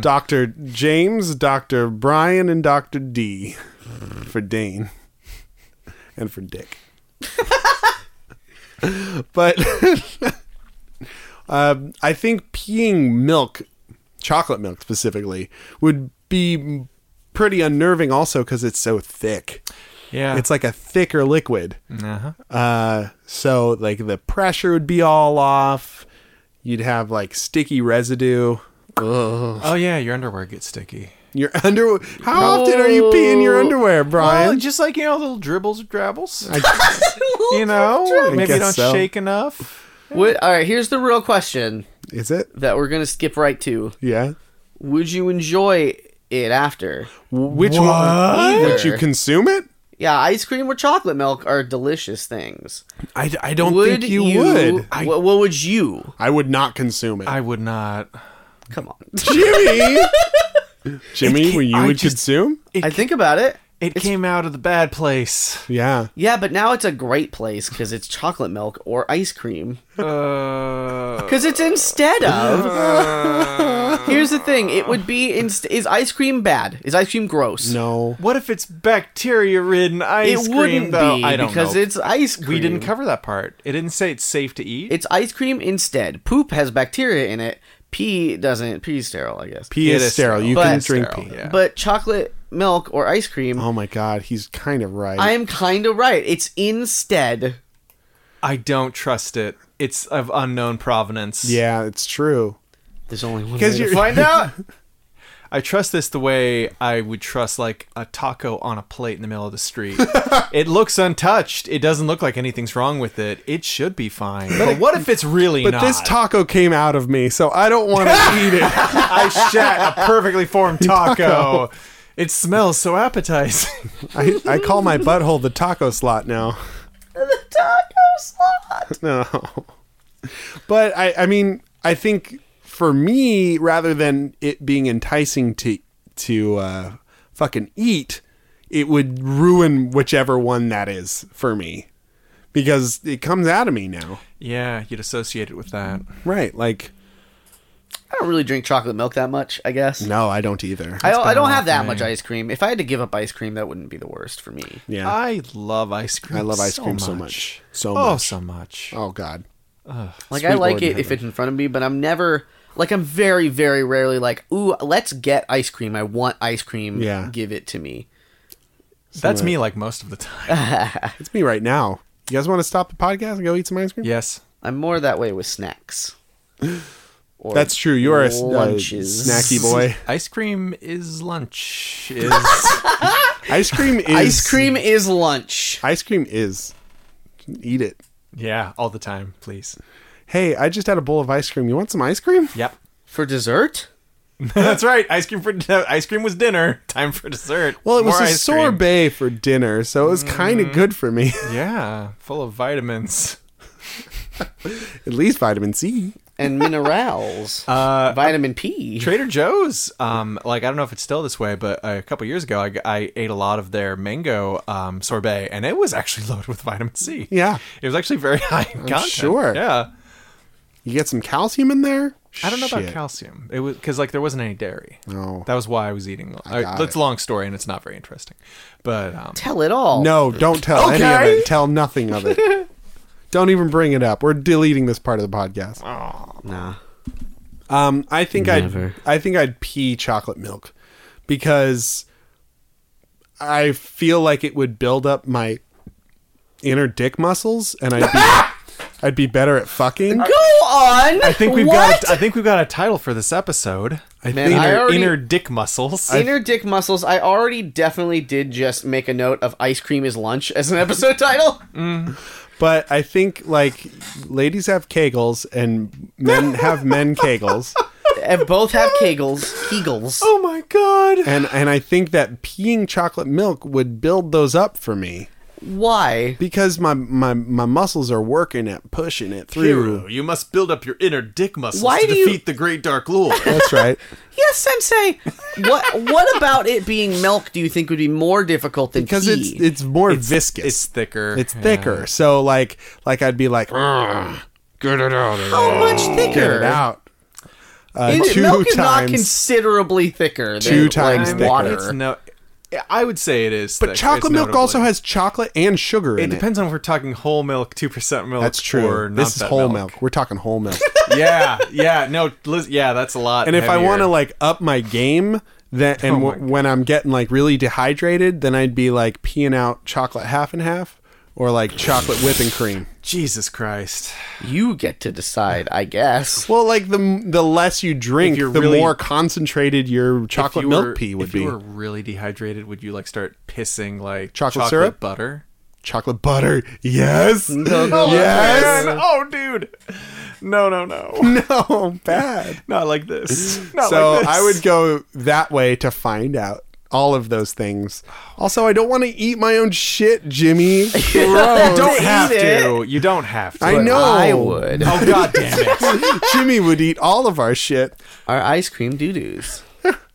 Doctor James, Doctor Brian, and Doctor D for Dane and for Dick. but um, I think peeing milk, chocolate milk specifically, would be pretty unnerving also because it's so thick.
Yeah.
It's like a thicker liquid.
uh-huh.
Uh, so like the pressure would be all off. You'd have like sticky residue. Ugh.
Oh yeah, your underwear gets sticky.
Your underwear. How often are you peeing your underwear,
Well,
Brian?
just like you know, little dribbles, drabbles.
I-
you know,
I
maybe you don't
guess so.
shake enough.
Would- all right, here's the real question
is it?
that we're gonna skip right to.
Yeah.
Would you enjoy it after?
Which one?
What?
Would you consume it?
Yeah, ice cream or chocolate milk are delicious things.
I, I don't
Would
think you, would.
wh- what, would you?
I would not consume it.
I would not.
Come on.
Jimmy. Jimmy,
can't-
you
I
would
just-
consume?
I think about it.
It came out of the bad place.
Yeah.
Yeah, but now it's a great place because it's chocolate milk or ice cream.
Uh,
Because it's instead of. Here's the thing: it would be inst- is ice cream bad? Is ice cream gross?
No.
what if it's bacteria-ridden
it
ice cream?
wouldn't
Though
be
I don't
because
know.
it's ice cream.
we didn't cover that part. It didn't say it's safe to eat.
It's ice cream instead. Poop has bacteria in it. Pee doesn't. Pee's sterile, I guess.
Pee
It
is
is
sterile. You
sterile.
can
But-
drink
sterile,
pee.
yeah.
But chocolate milk or ice cream,
Oh my God. He's kind of right.
I am kind of right. It's instead.
I don't trust it. It's of unknown provenance.
yeah, it's true.
There's only one.
Because
Way
you're
to find out.
I trust this the way I would trust like a taco on a plate in the middle of the street. it looks untouched. It doesn't look like anything's wrong with it. It should be fine. But what if it's really
But
not?
this taco came out of me, so I don't want to eat it.
I shat a perfectly formed taco. It smells so appetizing.
I, I call my butthole the taco slot now.
the taco slot.
No. But I, I mean, I think for me, rather than it being enticing to to uh, fucking eat, it would ruin whichever one that is for me. Because it comes out of me now.
yeah, you'd associate it with that.
Right. Like,
I don't really drink chocolate milk that much. I guess.
no, I don't either.
I don't, I don't
off
have that
me.
much ice cream. If I had to give up ice cream, that wouldn't be the worst for me.
yeah.
I love ice cream.
I love ice cream so much. So
oh,
much.
so much.
Oh, God.
Like
Sweet
I like
Lord in
it if
heaven.
it's in front of me, but I'm never like I'm very very rarely like, "Ooh, let's get ice cream. I want ice cream.
Yeah.
Give it to me."
That's me like most of the time.
It's me right now. You guys want to stop the podcast and go eat some ice cream?
yes.
I'm more that way with snacks. Or
That's true. You are a s- uh,
lunches.
snacky boy.
Ice cream is lunch. Is
Ice cream is
Ice cream is lunch.
Ice cream is. Eat it.
yeah, all the time, please.
Hey, I just had a bowl of ice cream. You want some ice cream?
Yep.
For dessert?
That's right. Ice cream for ice cream was dinner. Time for dessert.
Well, it was
More
a
ice cream. Mm-hmm.
sorbet for dinner, so it was kind of good for me.
Yeah, full of vitamins.
At least vitamin C.
And minerals.
Uh,
Vitamin P.
Trader Joe's, um, like I don't know if it's still this way, but a couple years ago, I, I ate a lot of their mango um, sorbet, and it was actually loaded with vitamin C.
Yeah.
it was actually very high in content.
sure.
Yeah,
You get some calcium in there?
I don't know about
Shit.
calcium. It was because like there wasn't any dairy.
No.
that was why I was eating. I
got
that's
it.
a long story, and it's not very interesting. But um,
Tell it all.
No, don't tell any
Okay.
of it. Tell nothing of it. don't even bring it up. We're deleting this part of the podcast.
Nah.
Um, I think
Never.
I'd I think I'd pee chocolate milk because I feel like it would build up my inner dick muscles and I'd be I'd be better at fucking.
Go on.
I think we've
what?
got. I think we've got a title for this episode. I
Man,
inner,
I already-
inner dick muscles.
Inner dick muscles. I already definitely did just make a note of ice cream is lunch as an episode title.
But I think like ladies have kegels and men have men kegels.
and both have kegels, kegels.
oh my god!
And and I think that peeing chocolate milk would build those up for me
Why?
because my my, my muscles are working at pushing it through.
Hero, you must build up your inner dick muscles
Why
to
do you-
defeat the great dark lord.
That's right.
Yes, Sensei. what? What about it being milk? Do you think would be more difficult than
Because it's
pee?
it's more viscous.
It's thicker.
It's thicker. So like like I'd be like "Ugh,
how much
get it
thicker?
out. Uh,
It-
two
milk is not
times.
considerably thicker. Than,
Two times
like,
thicker.
water.
It's no. I would say it is.
But chocolate milk also has chocolate and sugar
It
in
depends on if we're talking whole milk, two percent milk.
That's
Or
true. This is
nonfat
whole milk. We're talking whole milk.
yeah, yeah. No, Liz, yeah. That's a lot.
and if I
heavier. Oh
want to like up my game, that and w- when I'm getting like really dehydrated, then I'd be like peeing out chocolate half and half, or like chocolate whipping cream.
Jesus Christ.
You get to decide, I guess.
Well, like the m- the less you drink, the
you're really-
more concentrated your
If
chocolate
you
milk
were-
pee would
if
be.
you were really dehydrated, would you like start pissing like
Chocolate syrup?
butter?
Chocolate butter, yes,
go,
yes,
Man, oh, dude. No, no, no.
no, bad.
Not like this. Not
so
like this.
I would go that way to find out all of those things. Also, I don't want to eat my own shit, Jimmy.
You
Gross.
don't
Eat
have
it.
to. You don't have to.
I know.
I would.
Oh god damn it.
Jimmy would eat all of our shit.
Our ice cream doo doos.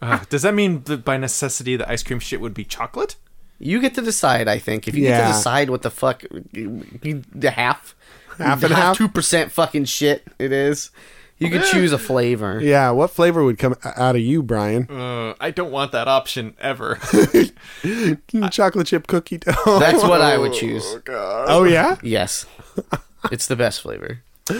Uh, does that mean that by necessity the ice cream shit would be chocolate?
You get to decide, I think. If you get
Yeah.
to decide what the fuck, the half,
Half and half?
two percent fucking shit it is. You can choose a flavor.
Yeah, what flavor would come out of you, Brian?
Uh, I don't want that option ever.
Chocolate chip cookie dough.
That's what I would choose.
oh yeah.
Yes, it's the best flavor.
so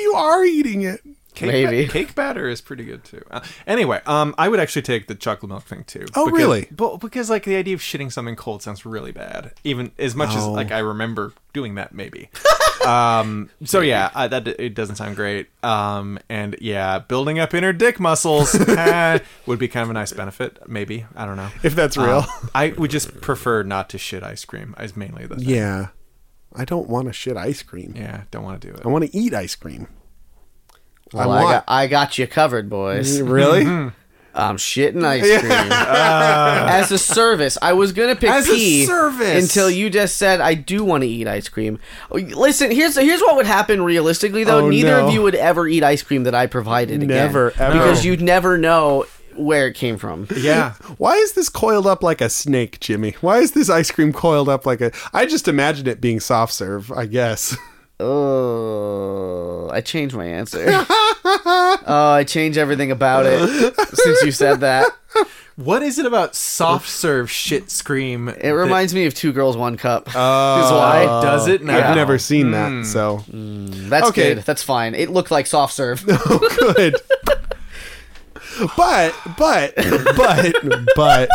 you are eating it.
Cake
Maybe.
ba- cake batter is pretty good too. Uh, anyway, um, I would actually take the chocolate milk thing too.
Oh,
because-
really?
But because like the idea of shitting something cold sounds really bad, even as much as
Oh.
like I remember doing that maybe. um, so yeah, I, that it doesn't sound great. Um, and yeah, building up inner dick muscles eh, would be kind of a nice benefit. Maybe I don't know.
If that's real.
Uh.
Um, I would just prefer not to shit ice cream. Is mainly the thing.
yeah. I don't want to shit ice cream.
Yeah, don't want to do it.
I want to eat ice cream.
Well, I,
want-
got, Mm-hmm. I got you covered, boys.
Really?
I'm shitting ice cream as a service. I was gonna pick
As a
pee
service.
until you just said I do want to eat ice cream. Oh, Listen, here's here's what would happen realistically though.
Oh,
Neither
no.
of you would ever eat ice cream that I provided. again.
Never, ever.
because you'd never know where it came from.
Yeah.
Why is this coiled up like a snake, Jimmy? Why is this ice cream coiled up like a? I just imagine it being soft serve. I guess.
Oh, I changed my answer. oh, I changed everything about it since you said that.
What is it about soft serve shit scream?
It reminds me of Two Girls One Cup.
is why it does it now.
I've never seen
Hmm.
that, so
That's
okay.
good. That's fine. It looked like soft serve.
good. but but but but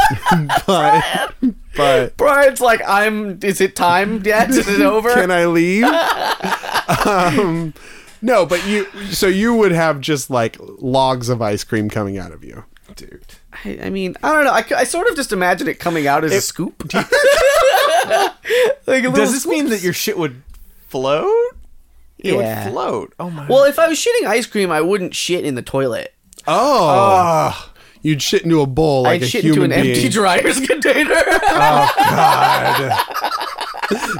but but
Brian's like, I'm. Is it time yet? Is it over?
can I leave? um, No, but you. So you would have just like logs of ice cream coming out of you.
dude.
I, I mean, I don't know. I, c- I sort of just imagine it coming out as a scoop. like a little
Does this
scoop.
mean that your shit would float? It
Yeah.
would float. Oh my.
Well, if I was shitting ice cream, I wouldn't shit in the toilet.
Oh. You'd shit into a bowl like
I'd
a
shit into
human
an
being.
empty dryer's container.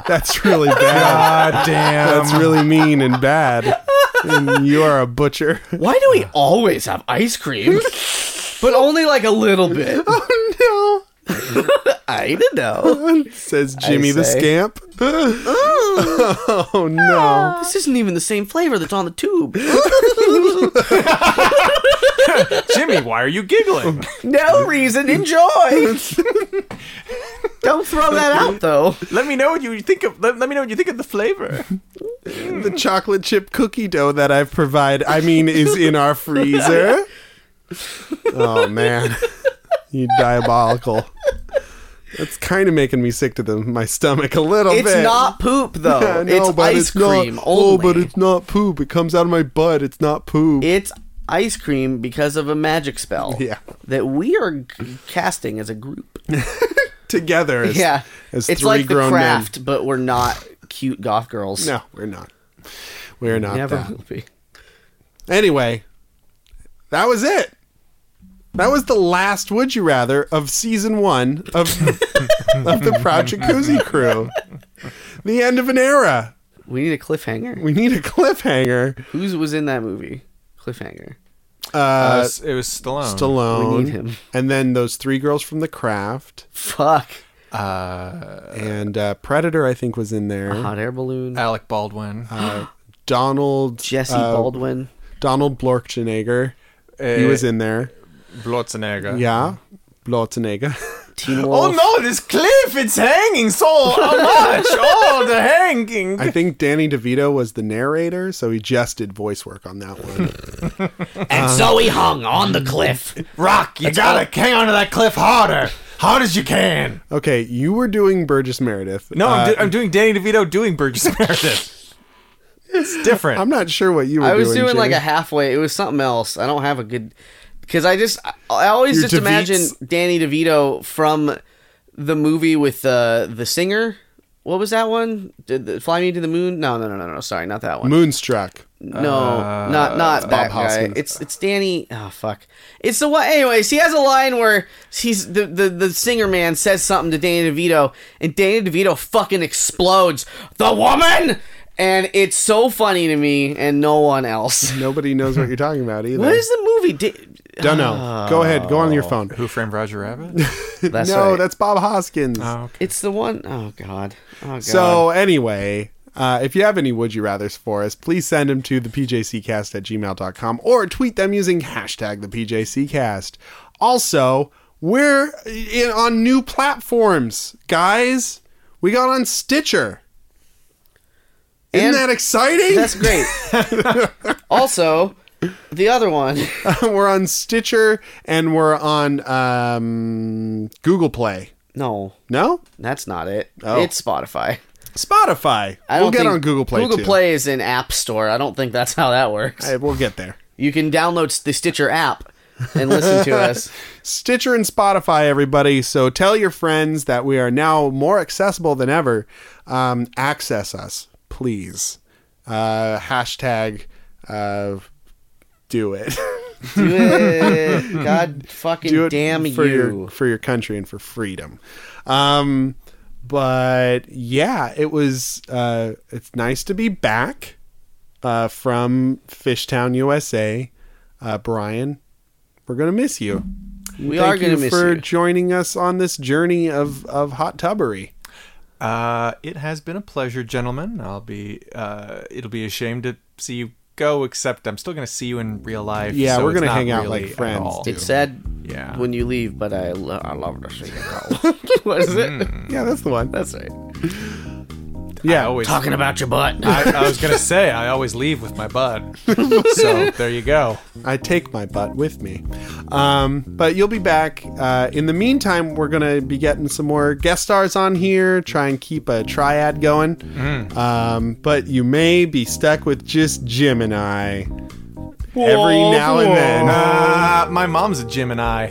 That's really bad.
God damn.
That's really mean and bad. And you are a butcher.
Why do we always have ice cream? but only like a little bit.
Oh
I don't know.
no! Says Jimmy the
say.
scamp. oh no!
This isn't even the same flavor that's on the tube.
Jimmy, why are you giggling?
No reason. Enjoy. Don't throw that out though.
let me know what you think of. Let, let me know what you think of the flavor.
The chocolate chip cookie dough that I've provided, I mean, is in our freezer. Oh man, you diabolical! That's kind of making me sick to the my stomach a little
It's
bit.
not poop though.
I know,
it's ice cream
Not,
only.
Oh, but it's not poop. It comes out of my butt. It's not poop.
It's ice cream because of a magic spell.
Yeah.
That we are g- casting as a group.
Together, as,
yeah.
as
it's
three
like the
grown men.
craft, but we're not cute goth girls.
No, we're not. We're not
Never
that.
will be.
Anyway, that was it. That was the last Would You Rather of season one of, of the Proud Jacuzzi crew. The end of an era.
We need a cliffhanger.
We need a cliffhanger.
Who's was in that movie? Cliffhanger.
Uh,
Uh, s- it was Stallone.
Stallone.
we need him.
And then those three girls from The Craft.
Fuck.
Uh,
And uh, Predator, I think, was in there.
Hot air balloon.
Alec Baldwin.
Uh, Donald.
Jesse
uh,
Baldwin.
Donald Blorchenegger. he
Uh,
was in there.
Uh-huh.
Blotzenegger.
Yeah. Blorchenegger.
Teen
Oh,
Wolf.
Oh, no, this cliff, it's hanging so much. Oh, the hanging.
I think Danny DeVito was the narrator, so he just did voice work on that one. Uh,
And so he hung on the cliff.
Rock, you gotta hang onto that cliff harder. Hard as you can.
Okay, you were doing Burgess Meredith.
No, I'm,
Uh,
do- I'm doing Danny DeVito doing Burgess Meredith. It's different.
I'm not sure what you were
I
doing.
was doing like
Jimmy.
a halfway. It was something else. I don't have a good because I just I- I always
Your
just imagine
DeVites.
Danny DeVito from the movie with the the singer. What was that one? Did the, Fly Me to the Moon? No, no, no, no, no. Sorry, not that one.
Moonstruck.
No, not not that guy.
Uh, Hoskins.
It's it's Danny. Oh fuck! It's the one. Anyways, he has a line where he's the, the the singer man says something to Danny DeVito, and Danny DeVito fucking explodes. The woman, and it's so funny to me and no one else.
Nobody knows what you're talking about either.
What is the movie? Da-
Don't know. Go ahead. Go
Oh.
on your phone.
Who framed Roger Rabbit?
That's
no,
right.
that's Bob Hoskins.
Oh.
It's the one oh god. Oh god.
So anyway, uh, if you have any would you rather's for us, please send them to thepjccast at gmail.com or tweet them using hashtag thepjccast. Also, we're in, on new platforms, guys. We got on Stitcher. Isn't
And-
that exciting?
that's great. also, the other one.
we're on Stitcher and we're on um, Google Play.
No,
No?
that's not it.
Oh.
It's Spotify.
Spotify.
I
we'll
don't
get
think-
on Google Play
Google
too.
Play is an app store. I don't think that's how that works.
Hey, we'll get there.
You can download the Stitcher app and listen to us.
Stitcher and Spotify, everybody. So tell your friends that we are now more accessible than ever. Um, access us, please. Uh, hashtag uh, do it.
Do it. God fucking
do it
damn
for
you.
your for your country and for freedom. Um, but yeah, it was. Uh, it's nice to be back uh, from Fishtown, USA. Uh, Brian, we're gonna miss you.
we
Thank
are going
you
to miss
for
you.
joining us on this journey of of hot tubbery.
Uh, it has been a pleasure, gentlemen. I'll be. Uh, it'll be a shame to see you go, except I'm still going to see you in real life.
Yeah,
so
we're
it's
gonna
not
hang out
really
like friends,
at all.
dude.
It's sad
Yeah.
when you leave, but I, lo- I love to see you go. what is it?
Mm.
Yeah, that's the one.
That's right.
Yeah.
I always
Talking about your butt.
I, I was gonna say I always leave with my butt. so there you go.
I take my butt with me. Um, but you'll be back. Uh, in the meantime, we're going to be getting some more guest stars on here, try and keep a triad going.
Mm.
Um, but you may be stuck with just Jim and I every now and then.
Uh, my mom's a Gemini.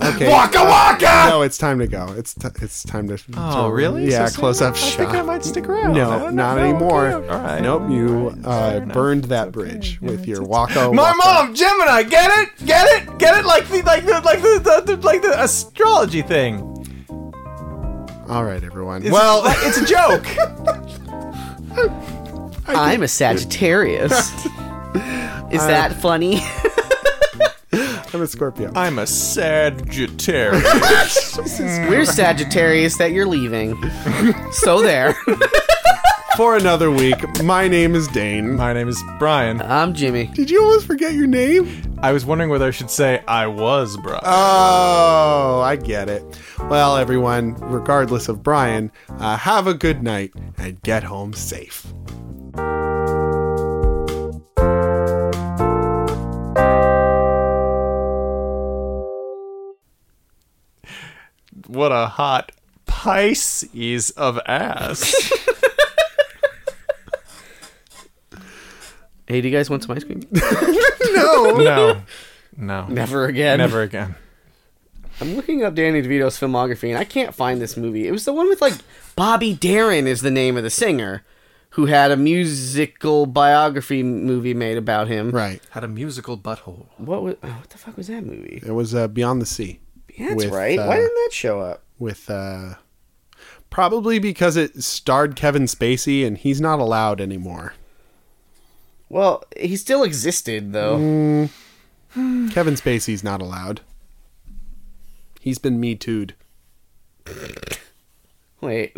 Okay.
Waka waka.
No, it's time to go. It's t- it's time to.
Oh, really?
Yeah,
So say
close
no.
up shop.
I think I might stick around. I
no,
don't
not
know.
anymore.
Okay, All right.
Nope, you uh,
enough.
burned that bridge with your wacko.
My
wacko.
mom, Gemini, get it, get it, get it, like the like the like the, the, the like the astrology thing.
All right, everyone.
It's-
well,
like, it's a joke.
I'm a Sagittarius.
Uh,
Is that funny?
I'm a Scorpio.
I'm a Sagittarius.
We're Sagittarius that you're leaving. So there.
For another week, my name is Dane.
My name is Brian.
I'm Jimmy.
Did you almost forget your name?
I was wondering whether I should say I was Brian.
Oh, I get it. Well, everyone, regardless of Brian, uh, have a good night and get home safe.
what a hot Pisces of ass.
Hey, do you guys want some ice cream?
No.
no, no,
Never again.
never again.
I'm looking up Danny DeVito's filmography and I can't find this movie. It was the one with like Bobby Darin is the name of the singer who had a musical biography movie made about him.
right.
Had a musical butthole.
What was oh, what the fuck was that movie?
It was uh, Beyond the Sea.
That's
With,
right.
uh,
Why didn't that show up?
with uh probably because it starred Kevin Spacey and he's not allowed anymore.
Well, he still existed though.
Mm. Kevin Spacey's not allowed. He's been me too'd.
Wait.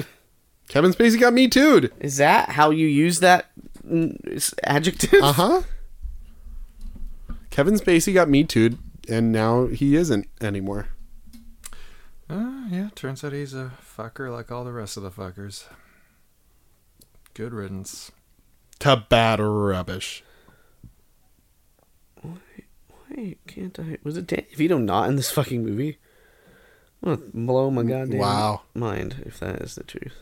Kevin Spacey got me too'd.
Is that how you use that mm, s- adjective?
Uh-huh. Kevin Spacey got me too'd and now he isn't anymore.
Uh, yeah, turns out he's a fucker like all the rest of the fuckers. Good riddance.
To bad rubbish.
Wait, can't I? Was it Dan DeVito not in this fucking movie? I'm gonna blow my goddamn
Mm, Wow.
mind if that is the truth.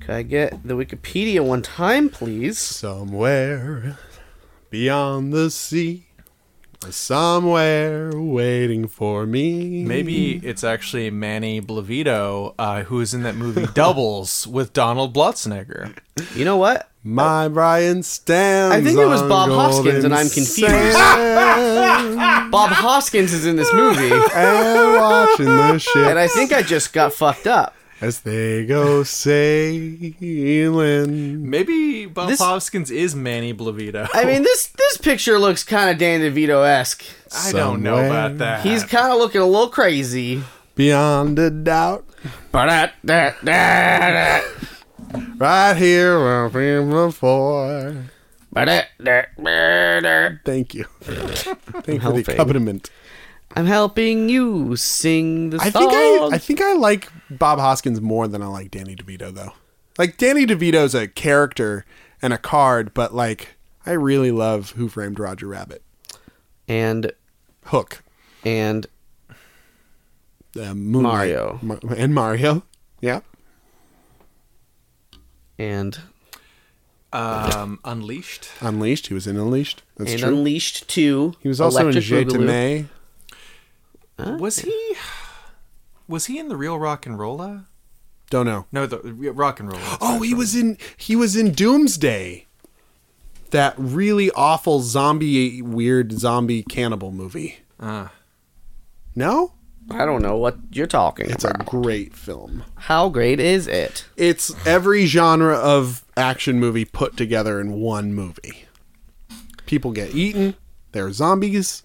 Can I get the Wikipedia one time, please?
Somewhere beyond the sea. Somewhere waiting for me.
Maybe it's actually Manny Blavito, uh, who is in that movie Doubles with Donald Blutzenegger.
You know what?
My Brian stands.
I think it was
on
Bob Hoskins,
golden
and I'm confused.
sand
Bob Hoskins is in this movie,
and watching the
and
ship
I think I just got fucked up.
as they go sailing.
Maybe Bob
This-
Hoskins is Manny Blavito.
I mean, this this picture looks kind of Dan DeVito esque.
I don't know
Somewhere.
about that.
Uh,
He's kind of looking a little crazy.
Beyond a doubt,
Ba-da-da-da-da.
right here where I've been before.
Ba-da-da-da-da.
Thank you. Thank you for
helping.
the accompaniment.
I'm helping you sing the
I
song.
think I, I think I like Bob Hoskins more than I like Danny DeVito though. Like Danny DeVito's a character and a card, but like I really love Who Framed Roger Rabbit.
and
Hook.
and
uh, Moonlight.
Mario.
Ma- and Mario. Yeah,
and
um, Unleashed.
Unleashed. He was in Unleashed. That's
and
true.
Unleashed Two.
he was also
Electric
in Jay
Boogaloo.
May.
Was he? Was he in the real Rock and Rolla?
Don't know.
No, the the Rock and Rolla.
Oh, he was in he was in Doomsday. That really awful zombie, weird zombie cannibal movie.
Uh,
No,
I don't know what you're talking
it's a
about.
great film.
How great is it?
It's every genre of action movie put together in one movie. People get eaten. They're zombies.